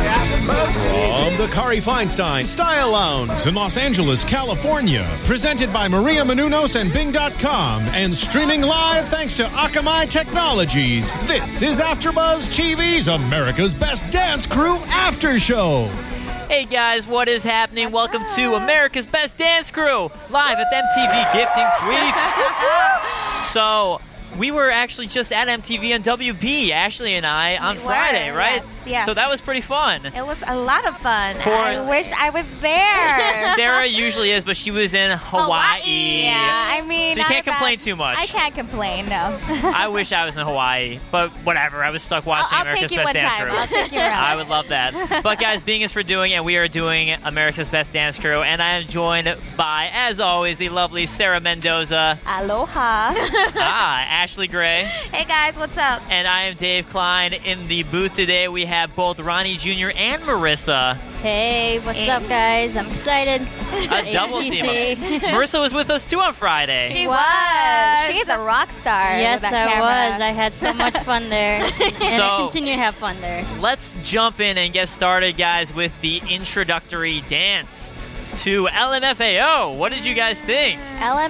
From the Kari Feinstein Style Lounge in Los Angeles, California. Presented by Maria Menounos and Bing.com. And streaming live thanks to Akamai Technologies. This is AfterBuzz TV's America's Best Dance Crew After Show. Hey guys, what is happening? Welcome to America's Best Dance Crew, live at MTV Gifting Suites. so, we were actually just at MTV and WB, Ashley and I, on We were, Friday, right? yes, yes. So that was pretty fun. It was a lot of fun. For- I wish I was there. Sarah usually is, but she was in Hawaii. Yeah, I mean, So you not can't about- complain too much. I can't complain. No. I wish I was in Hawaii, but whatever. I was stuck watching I'll America's take you Best one Dance time. Crew. I'll take you around. I would love that. But guys, Bing is for doing, and we are doing America's Best Dance Crew, and I am joined by, as always, the lovely Sarah Mendoza, Aloha. ah, Ashley Gray, hey guys, what's up? and I am Dave Klein. In the booth today, we have both Ronnie Jr. and Marissa, Hey, what's up, guys? I'm excited. a double team. APC. Marissa was with us too on Friday. She was. She's a rock star. yes, with that I camera. was. I had so much fun there, and So- I continue to have fun there. Let's jump in and get started, guys, with the introductory dance to LMFAO. What did you guys think?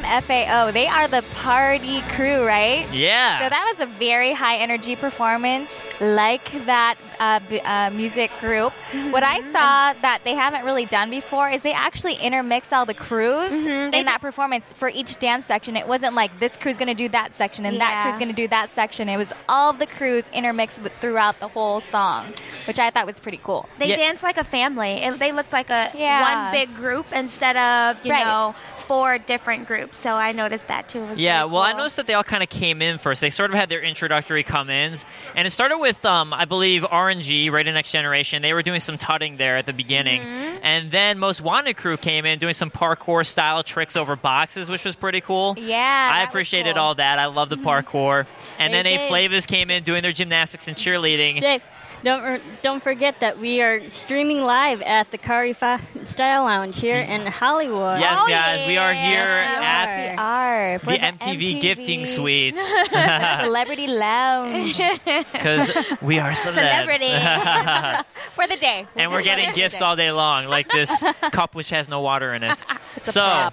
LMFAO. They are the party crew, right? Yeah. So that was a very high energy performance, like that uh, b- uh, music group. What I saw that they haven't really done before is they actually intermix all the crews in that performance for each dance section. It wasn't like this crew's going to do that section and that Yeah. crew's going to do that section. It was all the crews intermixed with, throughout the whole song, which I thought was pretty cool. They Yeah. dance like a family. It, they look like a Yeah. one big group instead of you Right. know four different groups. So I noticed that too. It was Yeah, really well, I cool. noticed that they all kind of came in first. They sort of had their introductory come-ins, and it started with, um, I believe, RNG, Radio Next Generation. They were doing some tutting there at the beginning, and then Most Wanted Crew came in doing some parkour style tricks over boxes, which was pretty cool. Yeah, I that was appreciated cool. all that. I love the parkour, and They then A did. Flavas came in doing their gymnastics and cheerleading. Dave, don't er, don't forget that we are streaming live at the Kari Fa- Style Lounge here in Hollywood. Yes, guys, we are here Yes, we at We are for the MTV, gifting suites Celebrity Lounge because we are celebrities. for the day. and we're getting gifts all day long, like this cup which has no water in it. so,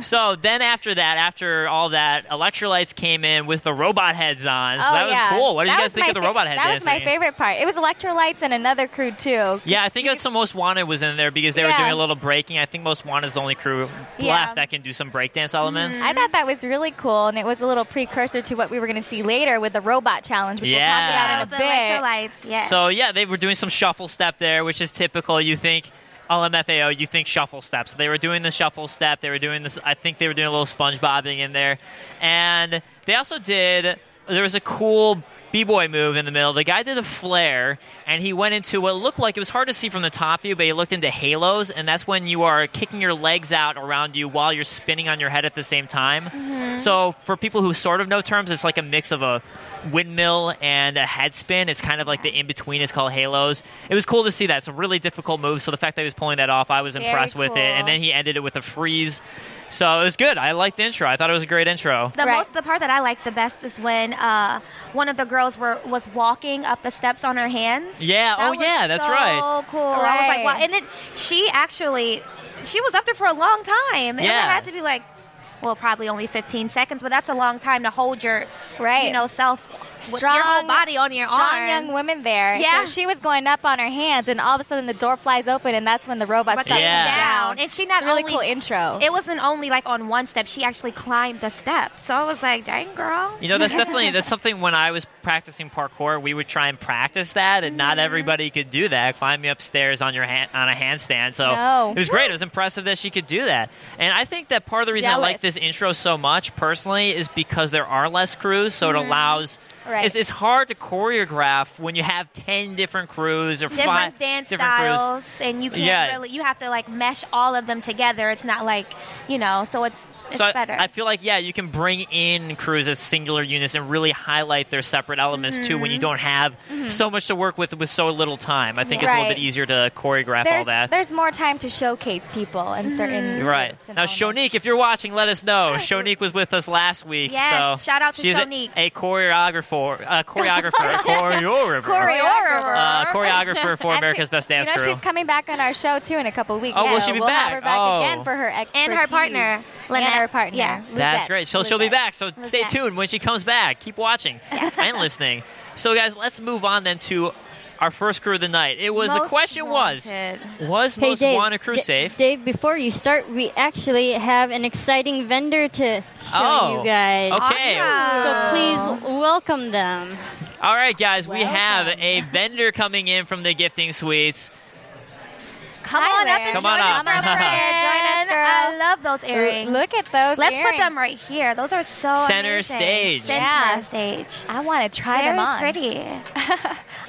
so then after that, after all that, electrolytes came in with the robot heads on. So Oh, that was yeah. cool. What did That you guys was think my of the fa- robot head That was dancing? Mm-hmm. my favorite part. It was electrolytes and another crew too. Yeah, I think it's the most wanted was in there because they were Yeah. doing a little breaking. I think most wanted is the only crew Yeah. left that can do some breakdance elements. I thought that was really cool, and it was a little precursor to what we were going to see later with the robot challenge, which Yeah. Oh, we'll the talk about in a bit. electrolytes. Yeah. So yeah, they were doing some shuffle step there, which is typical. You think LMFAO, you think shuffle step. So they were doing the shuffle step. They were doing this. I think they were doing a little SpongeBobbing in there, and they also did. There was a cool b-boy move in the middle. The guy did a flare, and he went into what looked like it was hard to see from the top view, but he looked into halos, and that's when you are kicking your legs out around you while you're spinning on your head at the same time. Mm-hmm. So for people who sort of know terms, it's like a mix of a windmill and a head spin. It's kind of like the in between is called halos. It was cool to see that. It's a really difficult move. So the fact that he was pulling that off, I was Very impressed with it. And cool. then he ended it with a freeze. So it was good. I liked the intro. I thought it was a great intro. the Right. most the part that I liked the best is when uh, one of the girls were was walking up the steps on her hands. Yeah. That oh was yeah. That's so right. cool. I was like, Right. wow. And then she actually, she was up there for a long time. And it Yeah. had to be like, well, probably only 15 seconds, but that's a long time to hold your, Right. you know, self, with your whole Strong- body on your Strong arm. young women there. Yeah. So she was going up on her hands, and all of a sudden the door flies open, and that's when the robot But started Yeah. yeah. down. down. And she not really only, cool intro. It wasn't only like on one step. She actually climbed the step. So I was like, dang, girl. You know, that's definitely that's something when I was practicing parkour, we would try and practice that, and not Mm-hmm. everybody could do that. Climbing upstairs on your hand, on a handstand, so No. it was great. It was impressive that she could do that, and I think that part of the reason I like Jealous. this intro so much personally is because there are less crews, so it allows Mm-hmm. Right. It's, it's hard to choreograph when you have ten different crews or different five dance different crews. styles, and you can't Yeah. really. You have to like mesh all of them together. It's not like you know. So it's it's so I, better. I feel like yeah, you can bring in crews as singular units and really highlight their separate elements too when you don't have so much to work with with so little time. I think it's a little Right. bit easier to choreograph there's, all that. there's more time to showcase people and certain. Mm-hmm. Right. groups and Now, all that. Shonique, if you're watching, let us know. Shonique was with us last week. Yes, so shout out to she's a- Shonique. A, choreographer, a choreographer, a choreographer, uh, Choreographer. choreographer for Actually, America's Best Dance you know, Crew. She's coming back on our show too in a couple weeks. Oh, will Yeah, she be we'll back? Have her back Oh. again for her expertise. and her partner, Lynette. and her partner. Yeah. That's Lizette. great. She'll, she'll be Lizette. back. So stay Lizette. tuned when she comes back. Keep watching and listening. So, guys, let's move on then to our first crew of the night. It was the Most question wanted. was was Hey, most Dave, wanted crew D- safe? Dave, before you start, we actually have an exciting vendor to show oh, you guys. okay. So please welcome them. All right, guys, we have a vendor coming in from the gifting suites. Come Hi, on up Lynn. and Come on join us, up. my Come on up. friend. Join us, girl. I love those earrings. Ooh, Look at those. Let's put earrings. them right here. Those are so Center amazing. stage. Center Yeah. stage. I want to try Very them on. pretty.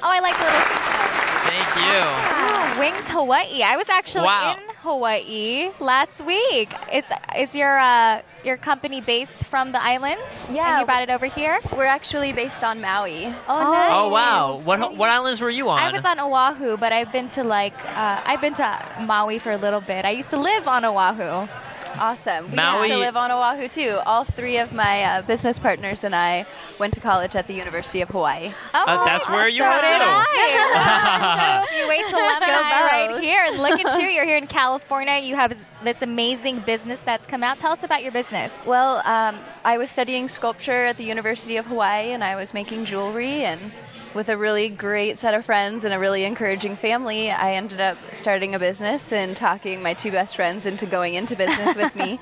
oh, I like the little Thank you. Ooh, Oh, Wings Hawaii. I was actually Wow. in Hawaii last week. Is is your uh, your company based from the islands? Yeah. And you brought it over here. We're actually based on Maui. Oh, nice. Oh wow! What what islands were you on? I was on Oahu, but I've been to like uh, I've been to Maui for a little bit. I used to live on Oahu. Awesome. We Maui- used to live on Oahu too. All three of my uh, business partners and I went to college at the University of Hawaii. Oh, Uh, that's where you so went did to. I. so if you wait till I'm both. right here and look at you, you're here in California. You have this amazing business that's come out. Tell us about your business. Well, um, I was studying sculpture at the University of Hawaii and I was making jewelry and with a really great set of friends and a really encouraging family, I ended up starting a business and talking my two best friends into going into business with me.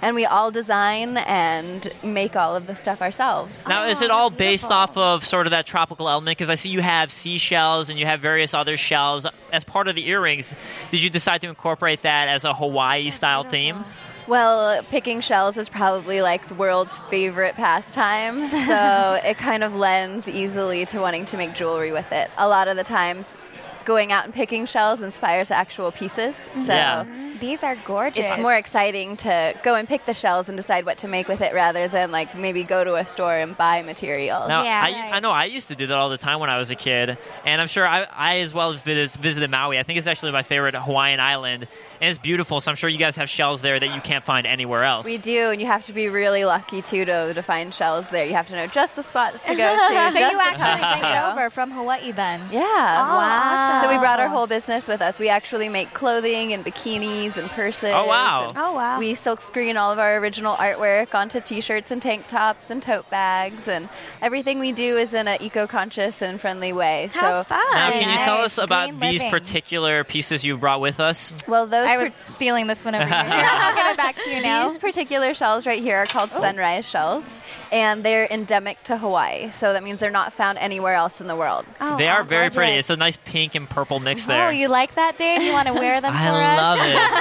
And we all design and make all of the stuff ourselves. now, is it all based off of sort of that tropical element? Because I see you have seashells and you have various other shells as part of the earrings. Did you decide to incorporate that as a Hawaii style theme? Well, picking shells is probably like the world's favorite pastime, so it kind of lends easily to wanting to make jewelry with it. A lot of the times, going out and picking shells inspires actual pieces, so Yeah. These are gorgeous. it's more exciting to go and pick the shells and decide what to make with it rather than like maybe go to a store and buy materials. Now, Yeah. I, I know I used to do that all the time when I was a kid, and I'm sure I, I as well vis- visited Maui. I think it's actually my favorite Hawaiian island, and it's beautiful. So I'm sure you guys have shells there that you can't find anywhere else. We do, and you have to be really lucky too to, to find shells there. You have to know just the spots to go to. so just you the actually times bring to it go. over from Hawaii then. Yeah. Oh, Wow. So we brought our whole business with us. We actually make clothing and bikinis and purses. Oh, wow. and Oh, wow. We silk screen all of our original artwork onto t-shirts and tank tops and tote bags, and everything we do is in an eco-conscious and friendly way. How so, fun. now, can you tell Nice. us about Green these living. particular pieces you brought with us? well, those I par- was stealing this one over here. I'll give it back to you now. These particular shells right here are called Oh. sunrise shells, and they're endemic to Hawaii. So that means they're not found anywhere else in the world. they are very pretty. gorgeous. It's a nice pink and purple mix there. Oh, you like that, Dave? You want to wear them I for us? love it.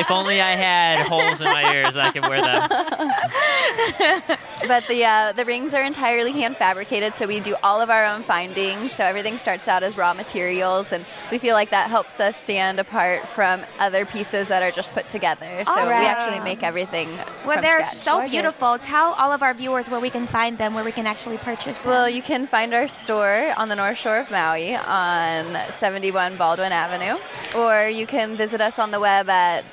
if only I had holes in my ears, I could wear that. But the uh, the rings are entirely hand fabricated, so we do all of our own findings. So everything starts out as raw materials, and we feel like that helps us stand apart from other pieces that are just put together. So we Alright. actually make everything. Well, from they're scratch. so beautiful. Tell all of our viewers where we can find them, where we can actually purchase them. Well, you can find our store on the North Shore of Maui on 71 Baldwin Avenue, or you can visit us on the web at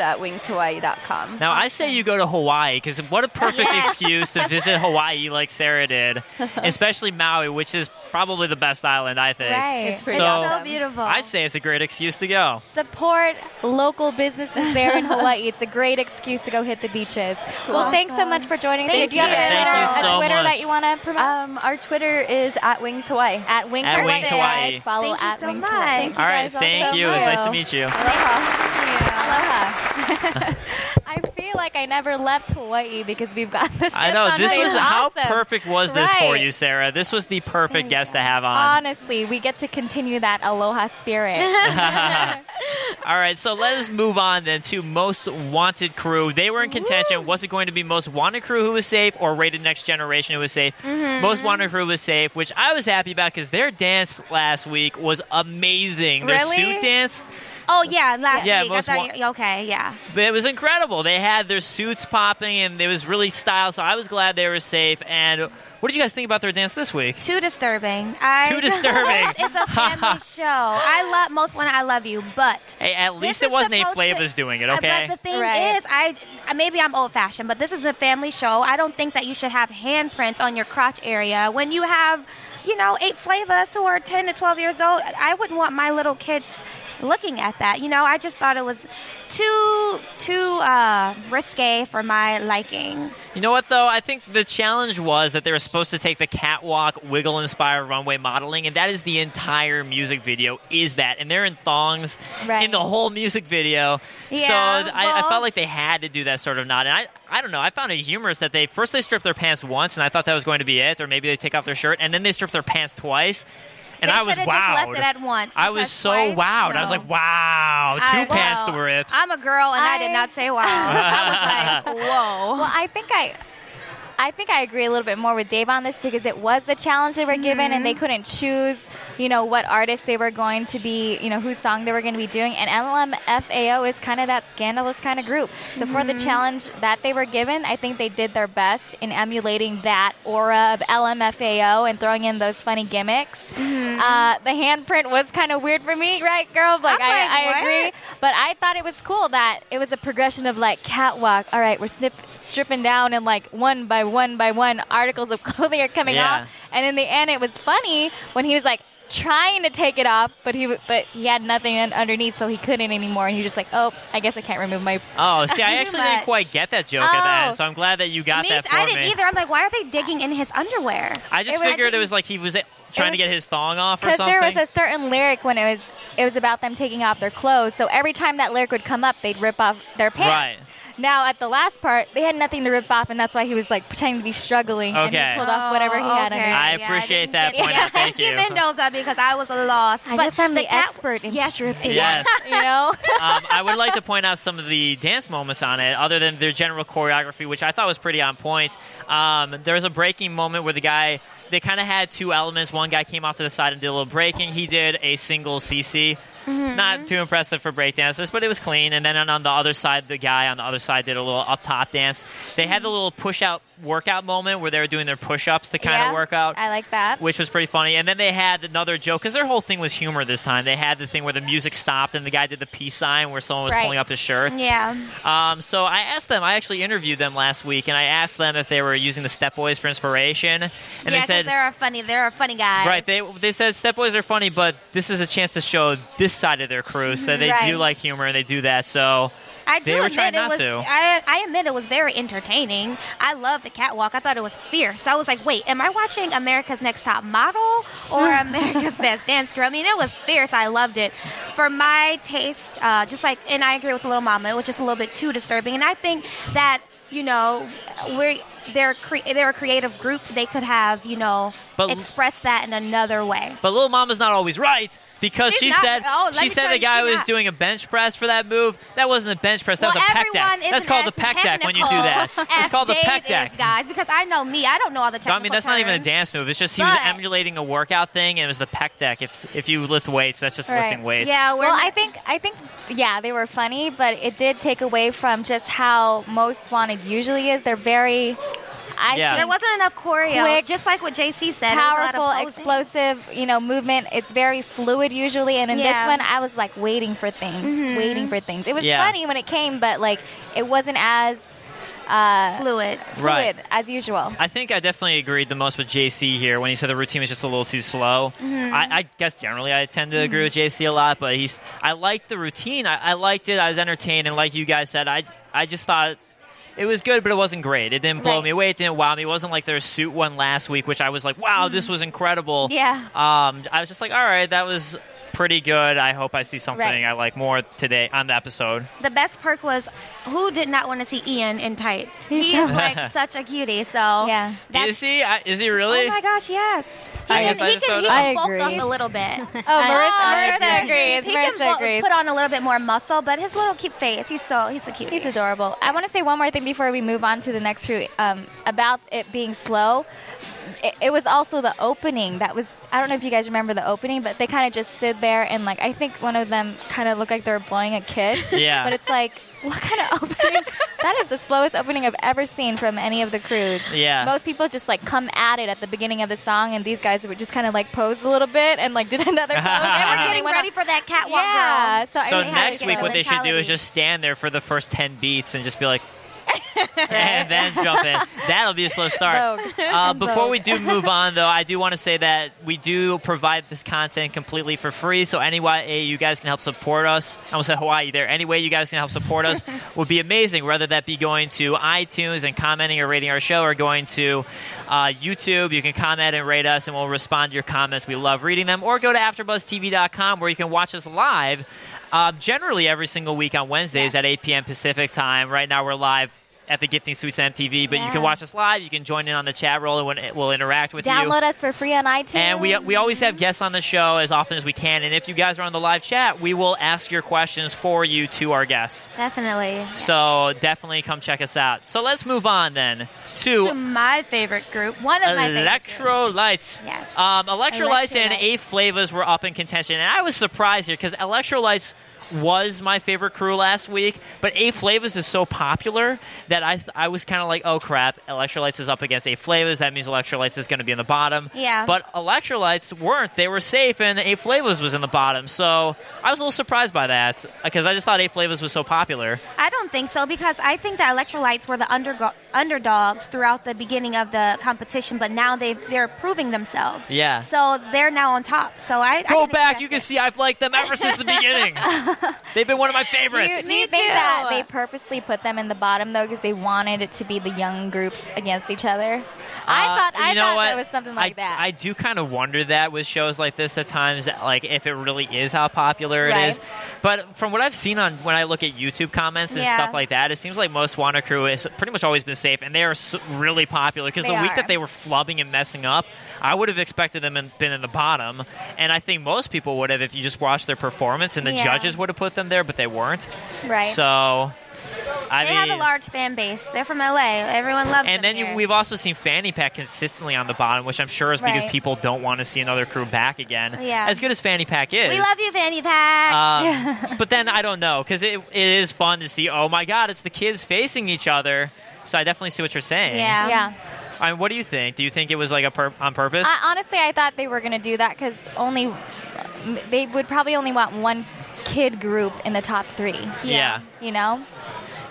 www.wingshawaii.com. Now, I say you go to Hawaii because what a perfect Yes. excuse to visit Hawaii like Sarah did, especially Maui, which is probably the best island, I think. Right. It's pretty So- so awesome. beautiful. I say it's a great excuse to go. Support local businesses there in Hawaii. It's a great excuse to go hit the beaches. Well, thanks so much for joining us. Thank Do you have a you. Twitter, Thank you a so Twitter much. Uh, that you want to promote? Um, our Twitter is at Wings Hawaii. at Wings At Hawaii. Wings Hawaii. Follow Thank you at so Wings much. Hawaii. Thank you All right. guys all Thank so you. It's nice to much. meet you. Aloha. I feel like I never left Hawaii because we've got this. I know. on This video. was how Awesome. perfect was this for Right. you, Sarah? This was the perfect guest to have on. Honestly, we get to continue that aloha spirit. All right, so let us move on then to Most Wanted Crew. They were in contention. Was it going to be Most Wanted Crew who was safe or Rated Next Generation who was safe? Mm-hmm. Most Wanted Crew was safe, which I was happy about because their dance last week was amazing. Their Really? suit dance, Oh yeah, last Yeah, week. I most thought wa- you- okay, yeah. it was incredible. They had their suits popping and it was really style, so I was glad they were safe. And what did you guys think about their dance this week? Too disturbing. I, Too disturbing. it's a family show. I love most when I love you, but Hey, at least This it is wasn't Eight supposed to- Flavors doing it, Uh, okay? But the thing Right. is, I I- maybe I'm old fashioned, but this is a family show. I don't think that you should have handprints on your crotch area when you have, you know, eight flavors who are 10 to 12 years old. I wouldn't want my little kids looking at that. You know, I just thought it was too too uh, risque for my liking. You know what, though? I think the challenge was that they were supposed to take the catwalk, wiggle inspired runway modeling, and that is the entire music video, is that. And they're in thongs in Right. the whole music video. so Yeah, th- I, I well- felt like they had to do that sort of nod. And I, I don't know, I found it humorous that they first they stripped their pants once, and I thought that was going to be it, or maybe they take off their shirt, and then they stripped their pants twice. And They I was coulda wowed. just left it at once, I was because so twice? wowed. I was No. like, wow, two I- pants well, were rips. I'm a girl, and I, did I- not say wow. I was like, whoa. Well, I think I. I think I agree a little bit more with Dave on this because it was the challenge they were given, and they Mm-hmm. couldn't choose, you know, what artist they were going to be, you know, whose song they were going to be doing. And LMFAO is kind of that scandalous kind of group. So for Mm-hmm. the challenge that they were given, I think they did their best in emulating that aura of LMFAO and throwing in those funny gimmicks. Mm-hmm. Uh, the handprint was kind of weird for me, right, girls? Like, I, I'm like, I what? agree. But I thought it was cool that it was a progression of like catwalk. All right, we're snip, stripping down, and like one by one by one, articles of clothing are coming Yeah. off. And in the end, it was funny when he was like trying to take it off, but he w- but he had nothing un- underneath, so he couldn't anymore. And he was just like, oh, I guess I can't remove my. oh, see, I Too actually much. didn't quite get that joke at the Oh. end, so I'm glad that you got Me- that for I didn't me. either. I'm like, why are they digging in his underwear? I just It was- figured it was like he was uh, trying to was- get his thong off or Because something. there was a certain lyric when it was it was about them taking off their clothes, so every time that lyric would come up, they'd rip off their pants. Right. Now at the last part, they had nothing to rip off, and that's why he was like pretending to be struggling, and Okay. he pulled off whatever he had Oh, under. okay. I Yeah, I appreciate didn't that get point. it. out. Thank you. Even knows that because I was lost. I but guess I'm the, cat- expert in Yes, stripping. Yes. you know. um, I would like to point out some of the dance moments on it, other than their general choreography, which I thought was pretty on point. Um, there was a breaking moment where the guy, they kind of had two elements. One guy came off to the side and did a little breaking. He did a single CC. Not too impressive for breakdancers, but it was clean. And then on, on the other side, the guy on the other side did a little up top dance. They had the little push out workout moment where they were doing their push ups to kind of Yeah, work out I like that. which was pretty funny. And then they had another joke because their whole thing was humor this time. They had the thing where the music stopped and the guy did the peace sign where someone was Right. pulling up his shirt. Yeah. Um, so I asked them. I actually interviewed them last week, and I asked them if they were using the Step Boys for inspiration, and yeah, they 'cause said. they're a funny. They're a funny guy. Right, they they said Step Boys are funny, but this is a chance to show this side of their crew. So they Right. do like humor and they do that. So I do They were admit trying it not was. to. I, I admit it was very entertaining. I love the catwalk. I thought it was fierce. I was like, wait, am I watching America's Next Top Model or America's Best Dance Crew? I mean, it was fierce. I loved it. For my taste, uh, just like, and I agree with Little Mama. It was just a little bit too disturbing. And I think that you know, we they're cre- they're a creative group. They could have you know But- expressed that in another way. But Little Mama's not always right because She's she not- said oh, let she me said tell the you, guy she was not. doing a bench press for that move. That wasn't a bench press. That well, was a pec everyone deck. isn't That's called the as pec deck when you do technical that. It's as called the Dave pec is, deck. guys. Because I know me, I don't know all the So, technical I mean, that's not even a dance move. It's just he was But- emulating a workout thing, and it was the pec deck. If if you lift weights, that's just Right. lifting weights. Yeah, we're well, not- I think I think yeah, they were funny, but it did take away from just how most wanted usually is. They're very, I Yeah. There think, wasn't enough choreo. Quick, just like what JC said. it was a powerful, lot of posing. explosive, you know, movement. It's very fluid usually, and in Yeah. Mm-hmm. this one, I was like waiting for things, waiting for things. It was Yeah. funny when it came, but like it wasn't as uh, Fluid. Right. fluid as usual. I think I definitely agreed the most with JC here when he said the routine was just a little too slow. Mm-hmm. I, I guess generally I tend to agree with JC a lot, but he's I liked the routine. I, I liked it. I was entertained, and like you guys said, I I just thought it was good, but it wasn't great. It didn't blow Right. me away. It didn't wow me. It wasn't like their suit one last week, which I was like, wow, this was incredible. Mm-hmm. Yeah. Um, I was just like, all right, that was pretty good. I hope I see something Right. I like more today on the episode. The best perk was who did not want to see Ian in tights? He is like such a cutie. So Yeah. that's- is he? I, is he really? Oh my gosh, yes. He I can, guess I he just don't can, he know. can I bulk agree. up a little bit. Oh, Marissa, Marissa Marissa agrees. He can Marissa bulk- agrees. put on a little bit more muscle, but his little cute face, he's so he's a cutie. He's adorable. I want to say one more thing before we move on to the next route um, about it being slow. It, it was also the opening that was. I don't know if you guys remember the opening, but they kind of just stood there and like I think one of them kind of looked like they were blowing a kid. Yeah. But it's like what kind of opening? that is the slowest opening I've ever seen from any of the crews. Yeah. Most people just like come at it at the beginning of the song, and these guys would just kind of like pose a little bit and like did another They pose. were and Getting went on- ready for that catwalk Yeah. girl. So, I so mean, how next did week, go? what they should do is mentality. just stand there for the first ten beats and just be like, and then jump in. That'll be a slow start. Vogue. Uh, before Vogue. we do move on, though, I do want to say that we do provide this content completely for free. So any way you guys can help support us, I almost said Hawaii there. Any way you guys can help support us would be amazing. Whether that be going to iTunes and commenting or rating our show, or going to uh, YouTube, you can comment and rate us, and we'll respond to your comments. We love reading them. Or go to AfterBuzzTV.com where you can watch us live. Uh, generally, every single week on Wednesdays at 8 p.m. Pacific time. Right now, we're live at the Gifting Suites on MTV, but you Yeah. can watch us live. You can join in on the chat roll, and we'll- we'll interact with you. Download us for free on iTunes. And we, we always have guests on the show as often as we can. And if you guys are on the live chat, we will ask your questions for you to our guests. Definitely. So definitely come check us out. So let's move on then to, To my favorite group. One of my favorite groups. Electrolytes. Yes. Um, electrolytes and Electrolytes. eight flavors were up in contention, and I was surprised here because electrolytes was my favorite crew last week, but eight flavors is so popular that I th- I was kind of like, oh crap, electrolytes is up against eight flavors. That means electrolytes is going to be in the bottom. Yeah. But electrolytes weren't. They were safe, and eight flavors was in the bottom. So I was a little surprised by that because I just thought eight flavors was so popular. I don't think so because I think the electrolytes were the undergo- underdogs throughout the beginning of the competition, but now they they're proving themselves. Yeah. So they're now on top. So I I Go didn't back. expect You can it. see I've liked them ever since the beginning. They've been one of my Do you, favorites. do you Me think too. that they purposely put them in the bottom though, because they wanted it to be the young groups against each other? I Uh, thought I you know thought what? there was something like I, that. I do kind of wonder that with shows like this at times, like if it really is how popular it Right. is. But from what I've seen on when I look at YouTube comments and Yeah. stuff like that, it seems like most Wanna Crew has pretty much always been safe, and they are s really popular. Because the They week are. that they were flubbing and messing up, I would have expected them and been in the bottom, and I think most people would have if you just watched their performance, and the Yeah. judges would have put them there, but they weren't. right. So, I They mean, have a large fan base. They're from LA. Everyone loves and them then you, here. we've also seen Fanny Pack consistently on the bottom, which I'm sure is because Right. people don't want to see another crew back again. Yeah. As good as Fanny Pack is. we love you, Fanny Pack. Um, but then I don't know because it, it is fun to see. Oh my God, it's the kids facing each other. So I definitely see what you're saying. Yeah. yeah. I mean, what do you think? Do you think it was like a pur- on purpose? Uh, I, honestly, I thought they were gonna do that because only they would probably only want one kid group in the top three. Yeah. You know,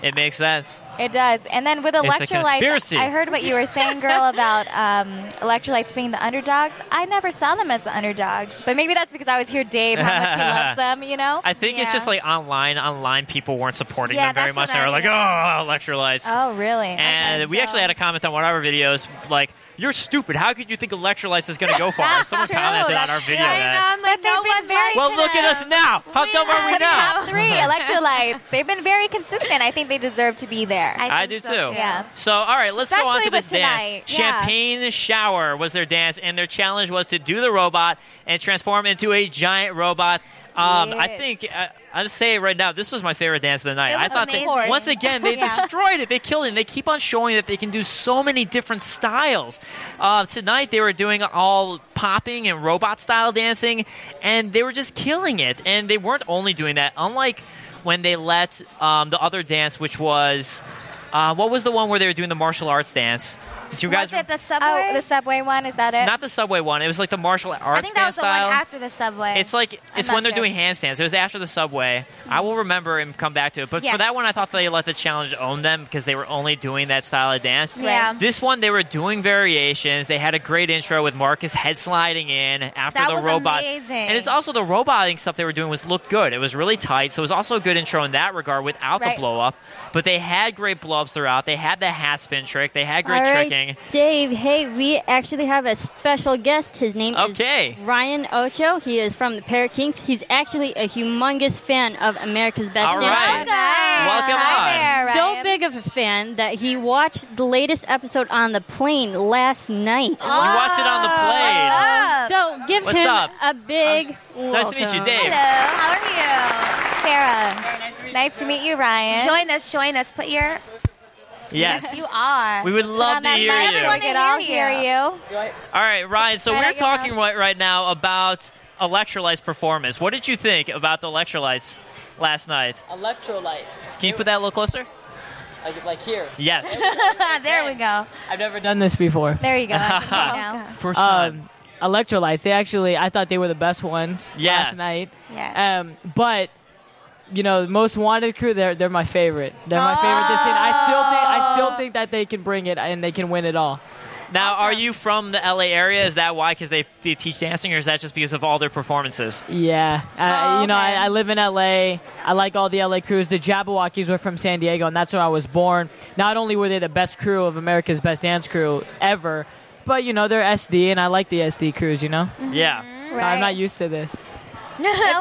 it makes sense. it does. And then with a electrolytes, conspiracy. I heard what you were saying, girl, about um, electrolytes being the underdogs. I never saw them as the underdogs, but maybe that's because I always hear Dave how much he loves them. You know. I think it's Yeah. just like online. Online people weren't supporting Yeah, them very that's much. what They I were like, oh, electrolytes. Oh, really? And we actually had a comment on one of our videos like, you're stupid. How could you think electrolytes is going to go far? That's Someone true. commented on That's our true. video. I that. know, I'm like, But they've no been one very Well, look at us now. How We dumb are we are now? top three electrolytes. They've been very consistent. I think they deserve to be there. I do think too. so, too. Yeah. So, all right, let's go on Especially to this with tonight. dance. Yeah. Champagne Shower was their dance, and their challenge was to do the robot and transform into a giant robot. Um, I Yes. think I, I'm saying right now, this was my favorite dance of the night. It I was thought amazing. they once again they Yeah. destroyed it. They killed it. And they keep on showing that they can do so many different styles. Uh, tonight they were doing all popping and robot style dancing, and they were just killing it. And they weren't only doing that. Unlike when they let um, the other dance, which was uh, what was the one where they were doing the martial arts dance? Do you guys? Was it the subway? Oh, the subway one is that it? not the subway one. It was like the martial arts I think that dance was the style. one after the subway. It's like it's not when they're sure. doing handstands. It was after the subway. I will remember and come back to it. But for Yes. that one, I thought they let the challenge own them because they were only doing that style of dance. Yeah. This one, they were doing variations. They had a great intro with Marcus head sliding in after That the was robot. amazing. And it's also the roboting stuff they were doing was looked good. It was really tight, so it was also a good intro in that regard without Right. the blow up. But they had great blow follow-ups throughout. They had the hat spin trick. They had great All right, tricking. Dave, hey, we actually have a special guest. His name Okay. is Ryan Ocho. He is from the Para Kings. He's actually a humongous fan of America's Best All Dance right. Welcome on. Hi there, so Ryan. big of a fan that he watched the latest episode on the plane last night. You watched it on the plane. What's up? So give What's him up? Uh, a big Nice to meet you, welcome. Dave. Hello, how Sarah. Nice to meet you, are you? Ryan. Join us, join us. Put your. ah. Yes. You are. We would Put love on to that hear mic you. so We could all hear you. All right, Ryan. So Right we're out your mouth. talking right, right now about electrolytes performance. What did you think about the electrolytes last night? Electrolytes. Can you put that a little closer? Like, like here. Yes. Ah, there we go. I've never done this before. There you go. I can hear you now. First Um, electrolytes. They actually, I thought they were the best ones Yeah. last night. Yeah. Um, but you know, most wanted crew. They're they're my favorite. They're my favorite this season. I still think I still think that they can bring it and they can win it all. Now, are you from the LA area? Is that why? Because they, they teach dancing, or is that just because of all their performances? Yeah. I, Oh, you know, okay. I, I live in LA. I like all the LA crews. The Jabberwockies were from San Diego, and that's where I was born. Not only were they the best crew of America's Best Dance Crew ever, but you know they're SD, and I like the SD crews. You know, Yeah. so I'm not used to this. It's okay.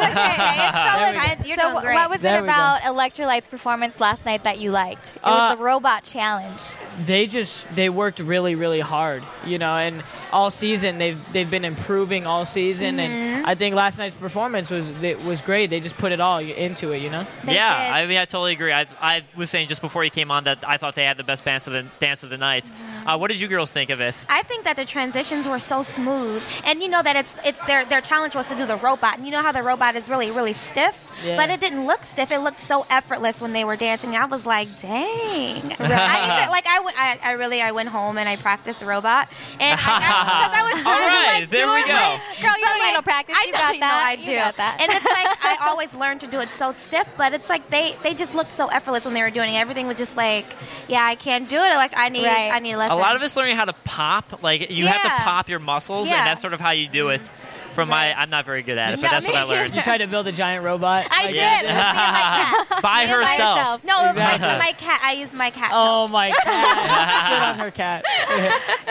It's solid. I- You're So, doing great. what was There it we go. about Electrolytes' performance last night that you liked? It Uh, was the robot challenge. they just they worked really really hard you know and all season they've they've been improving all season Mm-hmm. and i think last night's performance was it was great they just put it all into it you know They yeah, did. I mean, I totally agree. I, I was saying just before you came on that I thought they had the best dance of the, dance of the night. Uh, what did you girls think of it? I think that the transitions were so smooth, and you know that it's it's their their challenge was to do the robot, and you know how the robot is really really stiff, Yeah. but it didn't look stiff. It looked so effortless when they were dancing. I was like, dang, I need to, like I, w- I I really I went home and I practiced the robot, and because I, I, was right, trying to like there do we it, go. like, Girl, you so, don't need like, no practice. I You know- got know that. I You do. got that. And it's like I always learned to do it so stiff, but it's like they they just looked so effortless when they were doing it. Everything was just like, yeah, I can't do it. Like I need Right. I need a lesson. A lot of it's learning how to pop. Like you have Yeah. to pop your muscles, Yeah. and that's sort of how you do it. From my, I'm not very good at it, but No, that's what me I learned. you try to build a giant robot I Like, did. It was me and my cat. By Me and my- herself. yourself. No, it was my, Exactly. my cat. I used my cat. oh my cat spit on her cat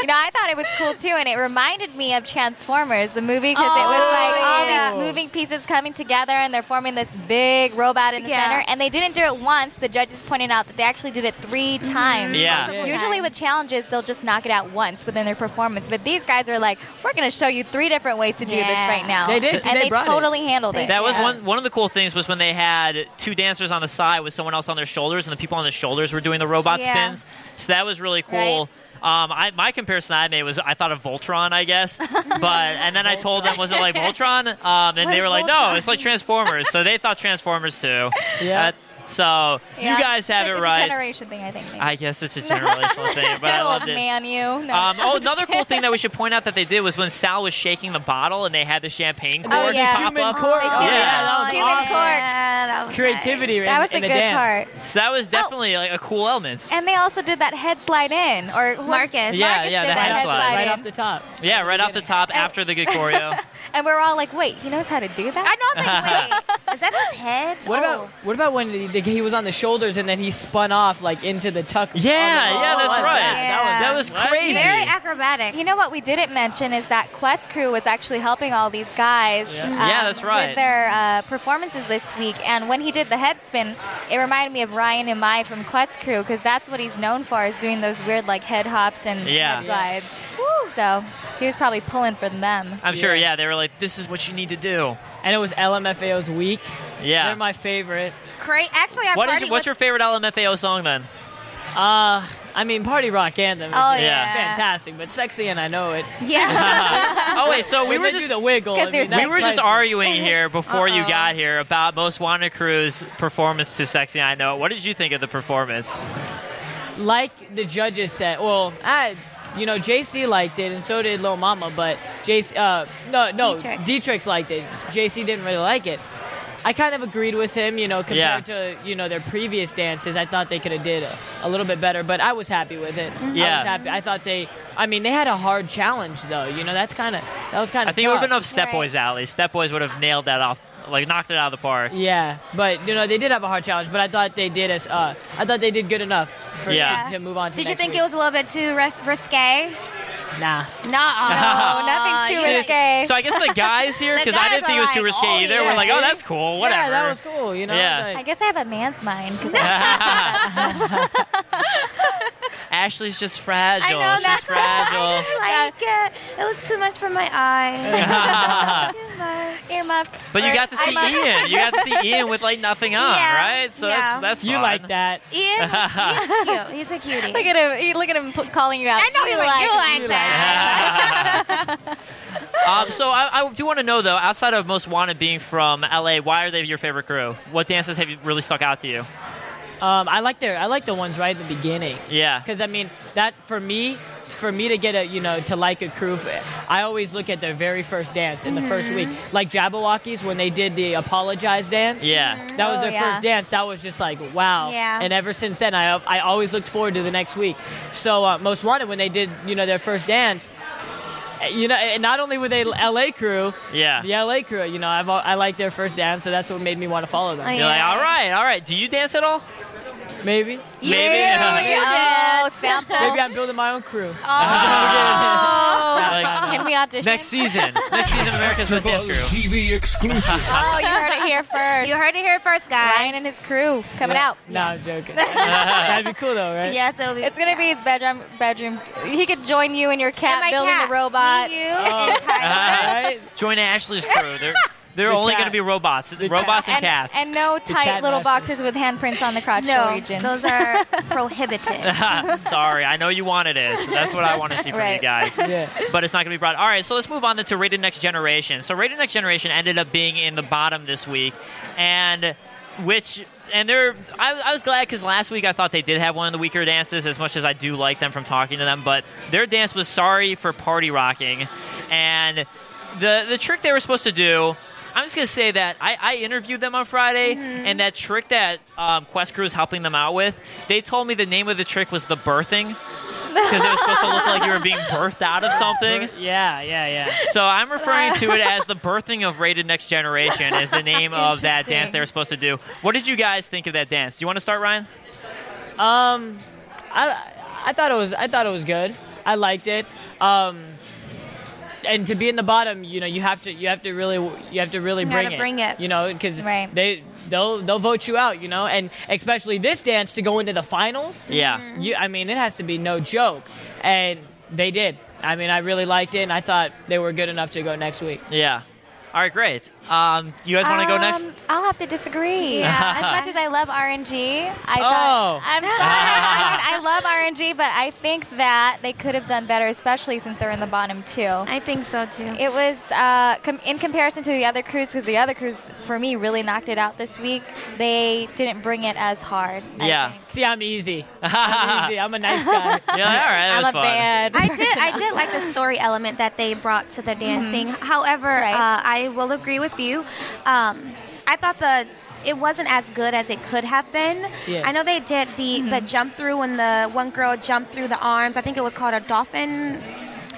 You know, I thought it was cool too, and it reminded me of Transformers, the movie, because it was like all yeah. these moving pieces coming together, and they're forming this big robot in the Yeah. center. And they didn't do it once. The judges pointed out that they actually did it three times. Yeah. Mm-hmm. Multiple Usually with challenges, they'll just knock it out once within their performance, but these guys are like, "We're going to show you three different ways to do this Yeah. right now." They did, see, and they they, brought it. totally handled it. That was one one of the cool things was when they had two dancers on the side with someone else on their shoulders, and the people on the shoulders were doing the robot Yeah. spins. So that was really cool. Um, I, my comparison I made was I thought of Voltron, I guess, but and then I told them was it like Voltron, um, and they were like, no, it's like Transformers. so they thought Transformers too. Yeah. Uh, so Yeah. you guys have It's it a right. generation thing, I think. maybe. I guess it's a generational thing, but I Old loved it. man, you. No. Um, oh, another cool thing that we should point out that they did was when Sal was shaking the bottle and they had the champagne cord Oh, yeah. pop Human up. cord. Oh, Oh, yeah, yeah. that was Human awesome. cord. Yeah, that was Creativity that was in, in a good dance. part. So that was definitely like a cool element. And they also did that head slide in, or who- Marcus. Yeah, Marcus yeah, did the that head slide. Right in. off the top. Yeah, right off the top after the good choreo. and we're all like, wait, he knows how to do I that? know. I'm like, wait, is that his head? What Oh. about what about when he, the, he was on the shoulders and then he spun off like into the tuck? Yeah, on the- yeah, Oh, that's I love right. That, That was was crazy. Very acrobatic. You know what we didn't mention is that Quest Crew was actually helping all these guys. um, Yeah, that's right. With their uh, performances this week, and when he did the head spin, it reminded me of Ryan and Mai from Quest Crew because that's what he's known for is doing those weird like head hops and Yeah. head slides. So he was probably pulling for them. I'm sure, yeah, they were like, this is what you need to do. and it was LMFAO's week. Yeah. They're my favorite. Great. Actually, I What is partied your, what's your with- favorite LMFAO song then? Uh, I mean, Party Rock Anthem is Oh Yeah. yeah. fantastic, but sexy and I know it. Yeah. Oh wait, so we When were they do just the wiggle. 'Cause I mean, there's we that's were just pleasant. arguing here before you got here about Most Wanted Crew's performance to Sexy I Know. It. What did you think of the performance? like the judges said. Well, I, you know, JC liked it, and so did Lil Mama. But JC, uh, no, no, Dietrich. Dietrich liked it. JC didn't really like it. I kind of agreed with him, you know, compared to you know their previous dances. I thought they could have did a, a little bit better, but I was happy with it. I Mm-hmm. Yeah. was happy. I thought they. I mean, they had a hard challenge though. You know, that's kind of that was kind I of. think it would have been tough. up Step Right. Boys alley. Step Boys would have nailed that off, like knocked it out of the park. Yeah, but you know they did have a hard challenge, but I thought they did as uh, I thought they did good enough. for Yeah. to move on to Did you next think week. it was a little bit too ris- risque? Nah. No, No, nothing's too So- risque. So I guess the guys here, The because I guys didn't think it was are too like, risque oh, either. yeah, We're like, oh, see? that's cool. Whatever. Yeah, that was cool. You know, Yeah. like- I guess I have a man's mind. 'cause I- Ashley's just fragile. I know She's that's fragile. I didn't like it. It was too much for my eye. Earmuffs. But you Or got to I see love- Ian. You got to see Ian with like nothing on, Yeah, right? So yeah. that's that's you fun. like that. Ian, Ian's cute. He's a cutie. Look at him. he- Look at him p- calling you out. I know he's like, you like that. um, so I, I do want to know though, outside of Most Wanted being from LA, why are they your favorite crew? What dances have you really stuck out to you? Um, I like their I like the ones right at the beginning. Yeah. Because I mean that for me, for me to get a you know to like a crew, I always look at their very first dance in the first week. Mm-hmm. Like Jabberwockies when they did the apologize dance. Yeah. That was Oh, their yeah. first dance. That was just like wow. Yeah. And ever since then, I I always looked forward to the next week. So uh, Most Wanted when they did you know their first dance, eh, you know, and not only were they LA crew, Yeah. the LA crew, you know, I've al- I like their first dance, so that's what made me want to follow them. Oh, yeah. You're like, all right, all right. Do you dance at all? Maybe. Maybe. Oh, sample. Maybe I'm building my own crew. Oh. Like, Can we audition? next season. Next season, America's Best Dance AfterBuzz Crew. TV exclusive. Oh, you heard it here first. You heard it here first, guys. Ryan and his crew coming out. No, I'm joking. That'd be cool though, right? Yes, it'll be. It's gonna be his bedroom. Bedroom. He could join you and your And cat my building cat. a robot. Me, you, and Tyler. Right? Join Ashley's crew. They're they're The only cat. going to be robots, The robots cat. and cats. And no tight cat little master. boxers with handprints on the crotch region. those are prohibited. Ah, Sorry, I know you wanted it. So that's what I want to see from you Right. guys. Yeah. But it's not going to be brought. All right, so let's move on to Rated Next Generation. So Rated Next Generation ended up being in the bottom this week, and which and they're I, I was glad because last week I thought they did have one of the weaker dances. As much as I do like them from talking to them, but their dance was sorry for party rocking, and the the trick they were supposed to do. I'm just gonna say that I, I interviewed them on Friday, and that trick that um, Quest Crew is helping them out with, they told me the name of the trick was the birthing, because it was supposed to look like you were being birthed out of something. Yeah, yeah, yeah. So I'm referring to it as the birthing of Rated Next Generation is the name of that dance they were supposed to do. What did you guys think of that dance? Do you want to start, Ryan? I I thought it was I thought it was good. I liked it. Um, and to be in the bottom, you know, you have to you have to really you have to really You bring gotta it, bring it. You know, because Right. they they'll they'll vote you out. You know, and especially this dance to go into the finals. Yeah. You, I mean, it has to be no joke. And they did. I mean, I really liked it, and I thought they were good enough to go next week. Yeah. All right, great. Um, you guys want to go Um, next? I'll have to disagree. Yeah. as much as I love RNG, I Oh. thought, I'm sorry. I, mean, I love RNG, but I think that they could have done better, especially since they're in the bottom two. I think so too. It was uh, com- in comparison to the other crews because the other crews, for me, really knocked it out this week. They didn't bring it as hard. I Yeah. think. See, I'm easy. I'm easy. I'm a nice guy. Yeah, all right, that I'm was a fun. bad. I did. I did like the story element that they brought to the dancing. However, Mm-hmm. Right. uh, I will agree with you. Um, I thought the it wasn't as good as it could have been. Yeah. I know they did the Mm-hmm. the jump through when the one girl jumped through the arms. I think it was called a dolphin.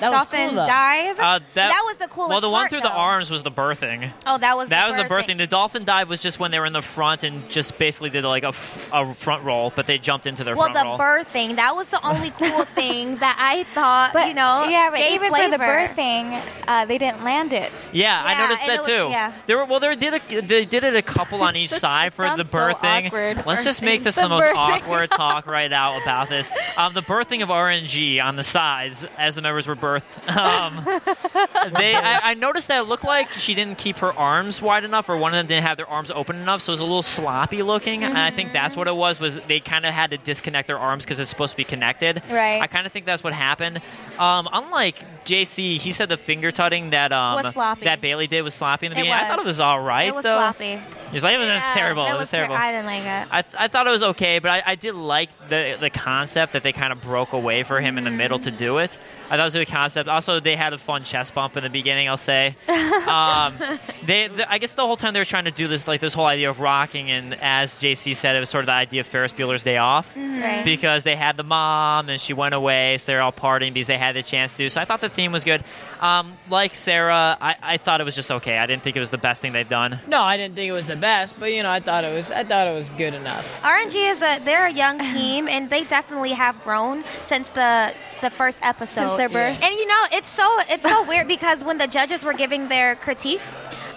That was dolphin cool, though. dive. Uh, that, was the coolest. Well, the one part, through though. the arms was the birthing. Oh, that was That the was the birthing. The dolphin dive was just when they were in the front and just basically did like a, f- a front roll, but they jumped into their well, front the roll. birthing. That was the only cool thing that I thought. But you know, yeah, but gave even for the flavor. birthing, uh, they didn't land it. Yeah, I Yeah, noticed and that it too. was- yeah. There were well, they did a, they did it a couple on each side for the sounds so birthing. awkward, Let's just make birthing. this The the most birthing. awkward talk right out about this. Um, the birthing of RNG on the sides as the members were birthed. Um, they, I, I noticed that it looked like she didn't keep her arms wide enough, or one of them didn't have their arms open enough, so it was a little sloppy looking. And I Mm-hmm. think that's what it was. Was they kind of had to disconnect their arms because it's supposed to be connected. Right. I kind of think that's what happened. Um, unlike JC, he said the finger tutting that um, Was sloppy. that Bailey did was sloppy in the It beginning. I was. thought it was all right It was though. sloppy. It was, like, it was, it was Yeah, terrible. It was, ter- terrible. I didn't like it. I, I thought it was okay, but I, I did like the the concept that they kind of broke away for him in the middle to do it. I thought it was a good concept. Also, they had a fun chest bump in the beginning. I'll say, um, they the, I guess the whole time they were trying to do this like this whole idea of rocking, and as JC said, it was sort of the idea of Ferris Bueller's Day Off Mm-hmm. Right. because they had the mom and she went away, so they're all partying because they had the chance to. So I thought the theme was good. Um, like Sarah, I, I thought it was just okay. I didn't think it was the best thing they've done. No, I didn't think it was the best, but you know, I thought it was I thought it was good enough. RNG is a they're a young team and they definitely have grown since the the first episode. Since their birth. And you know, it's so it's so weird because when the judges were giving their critique,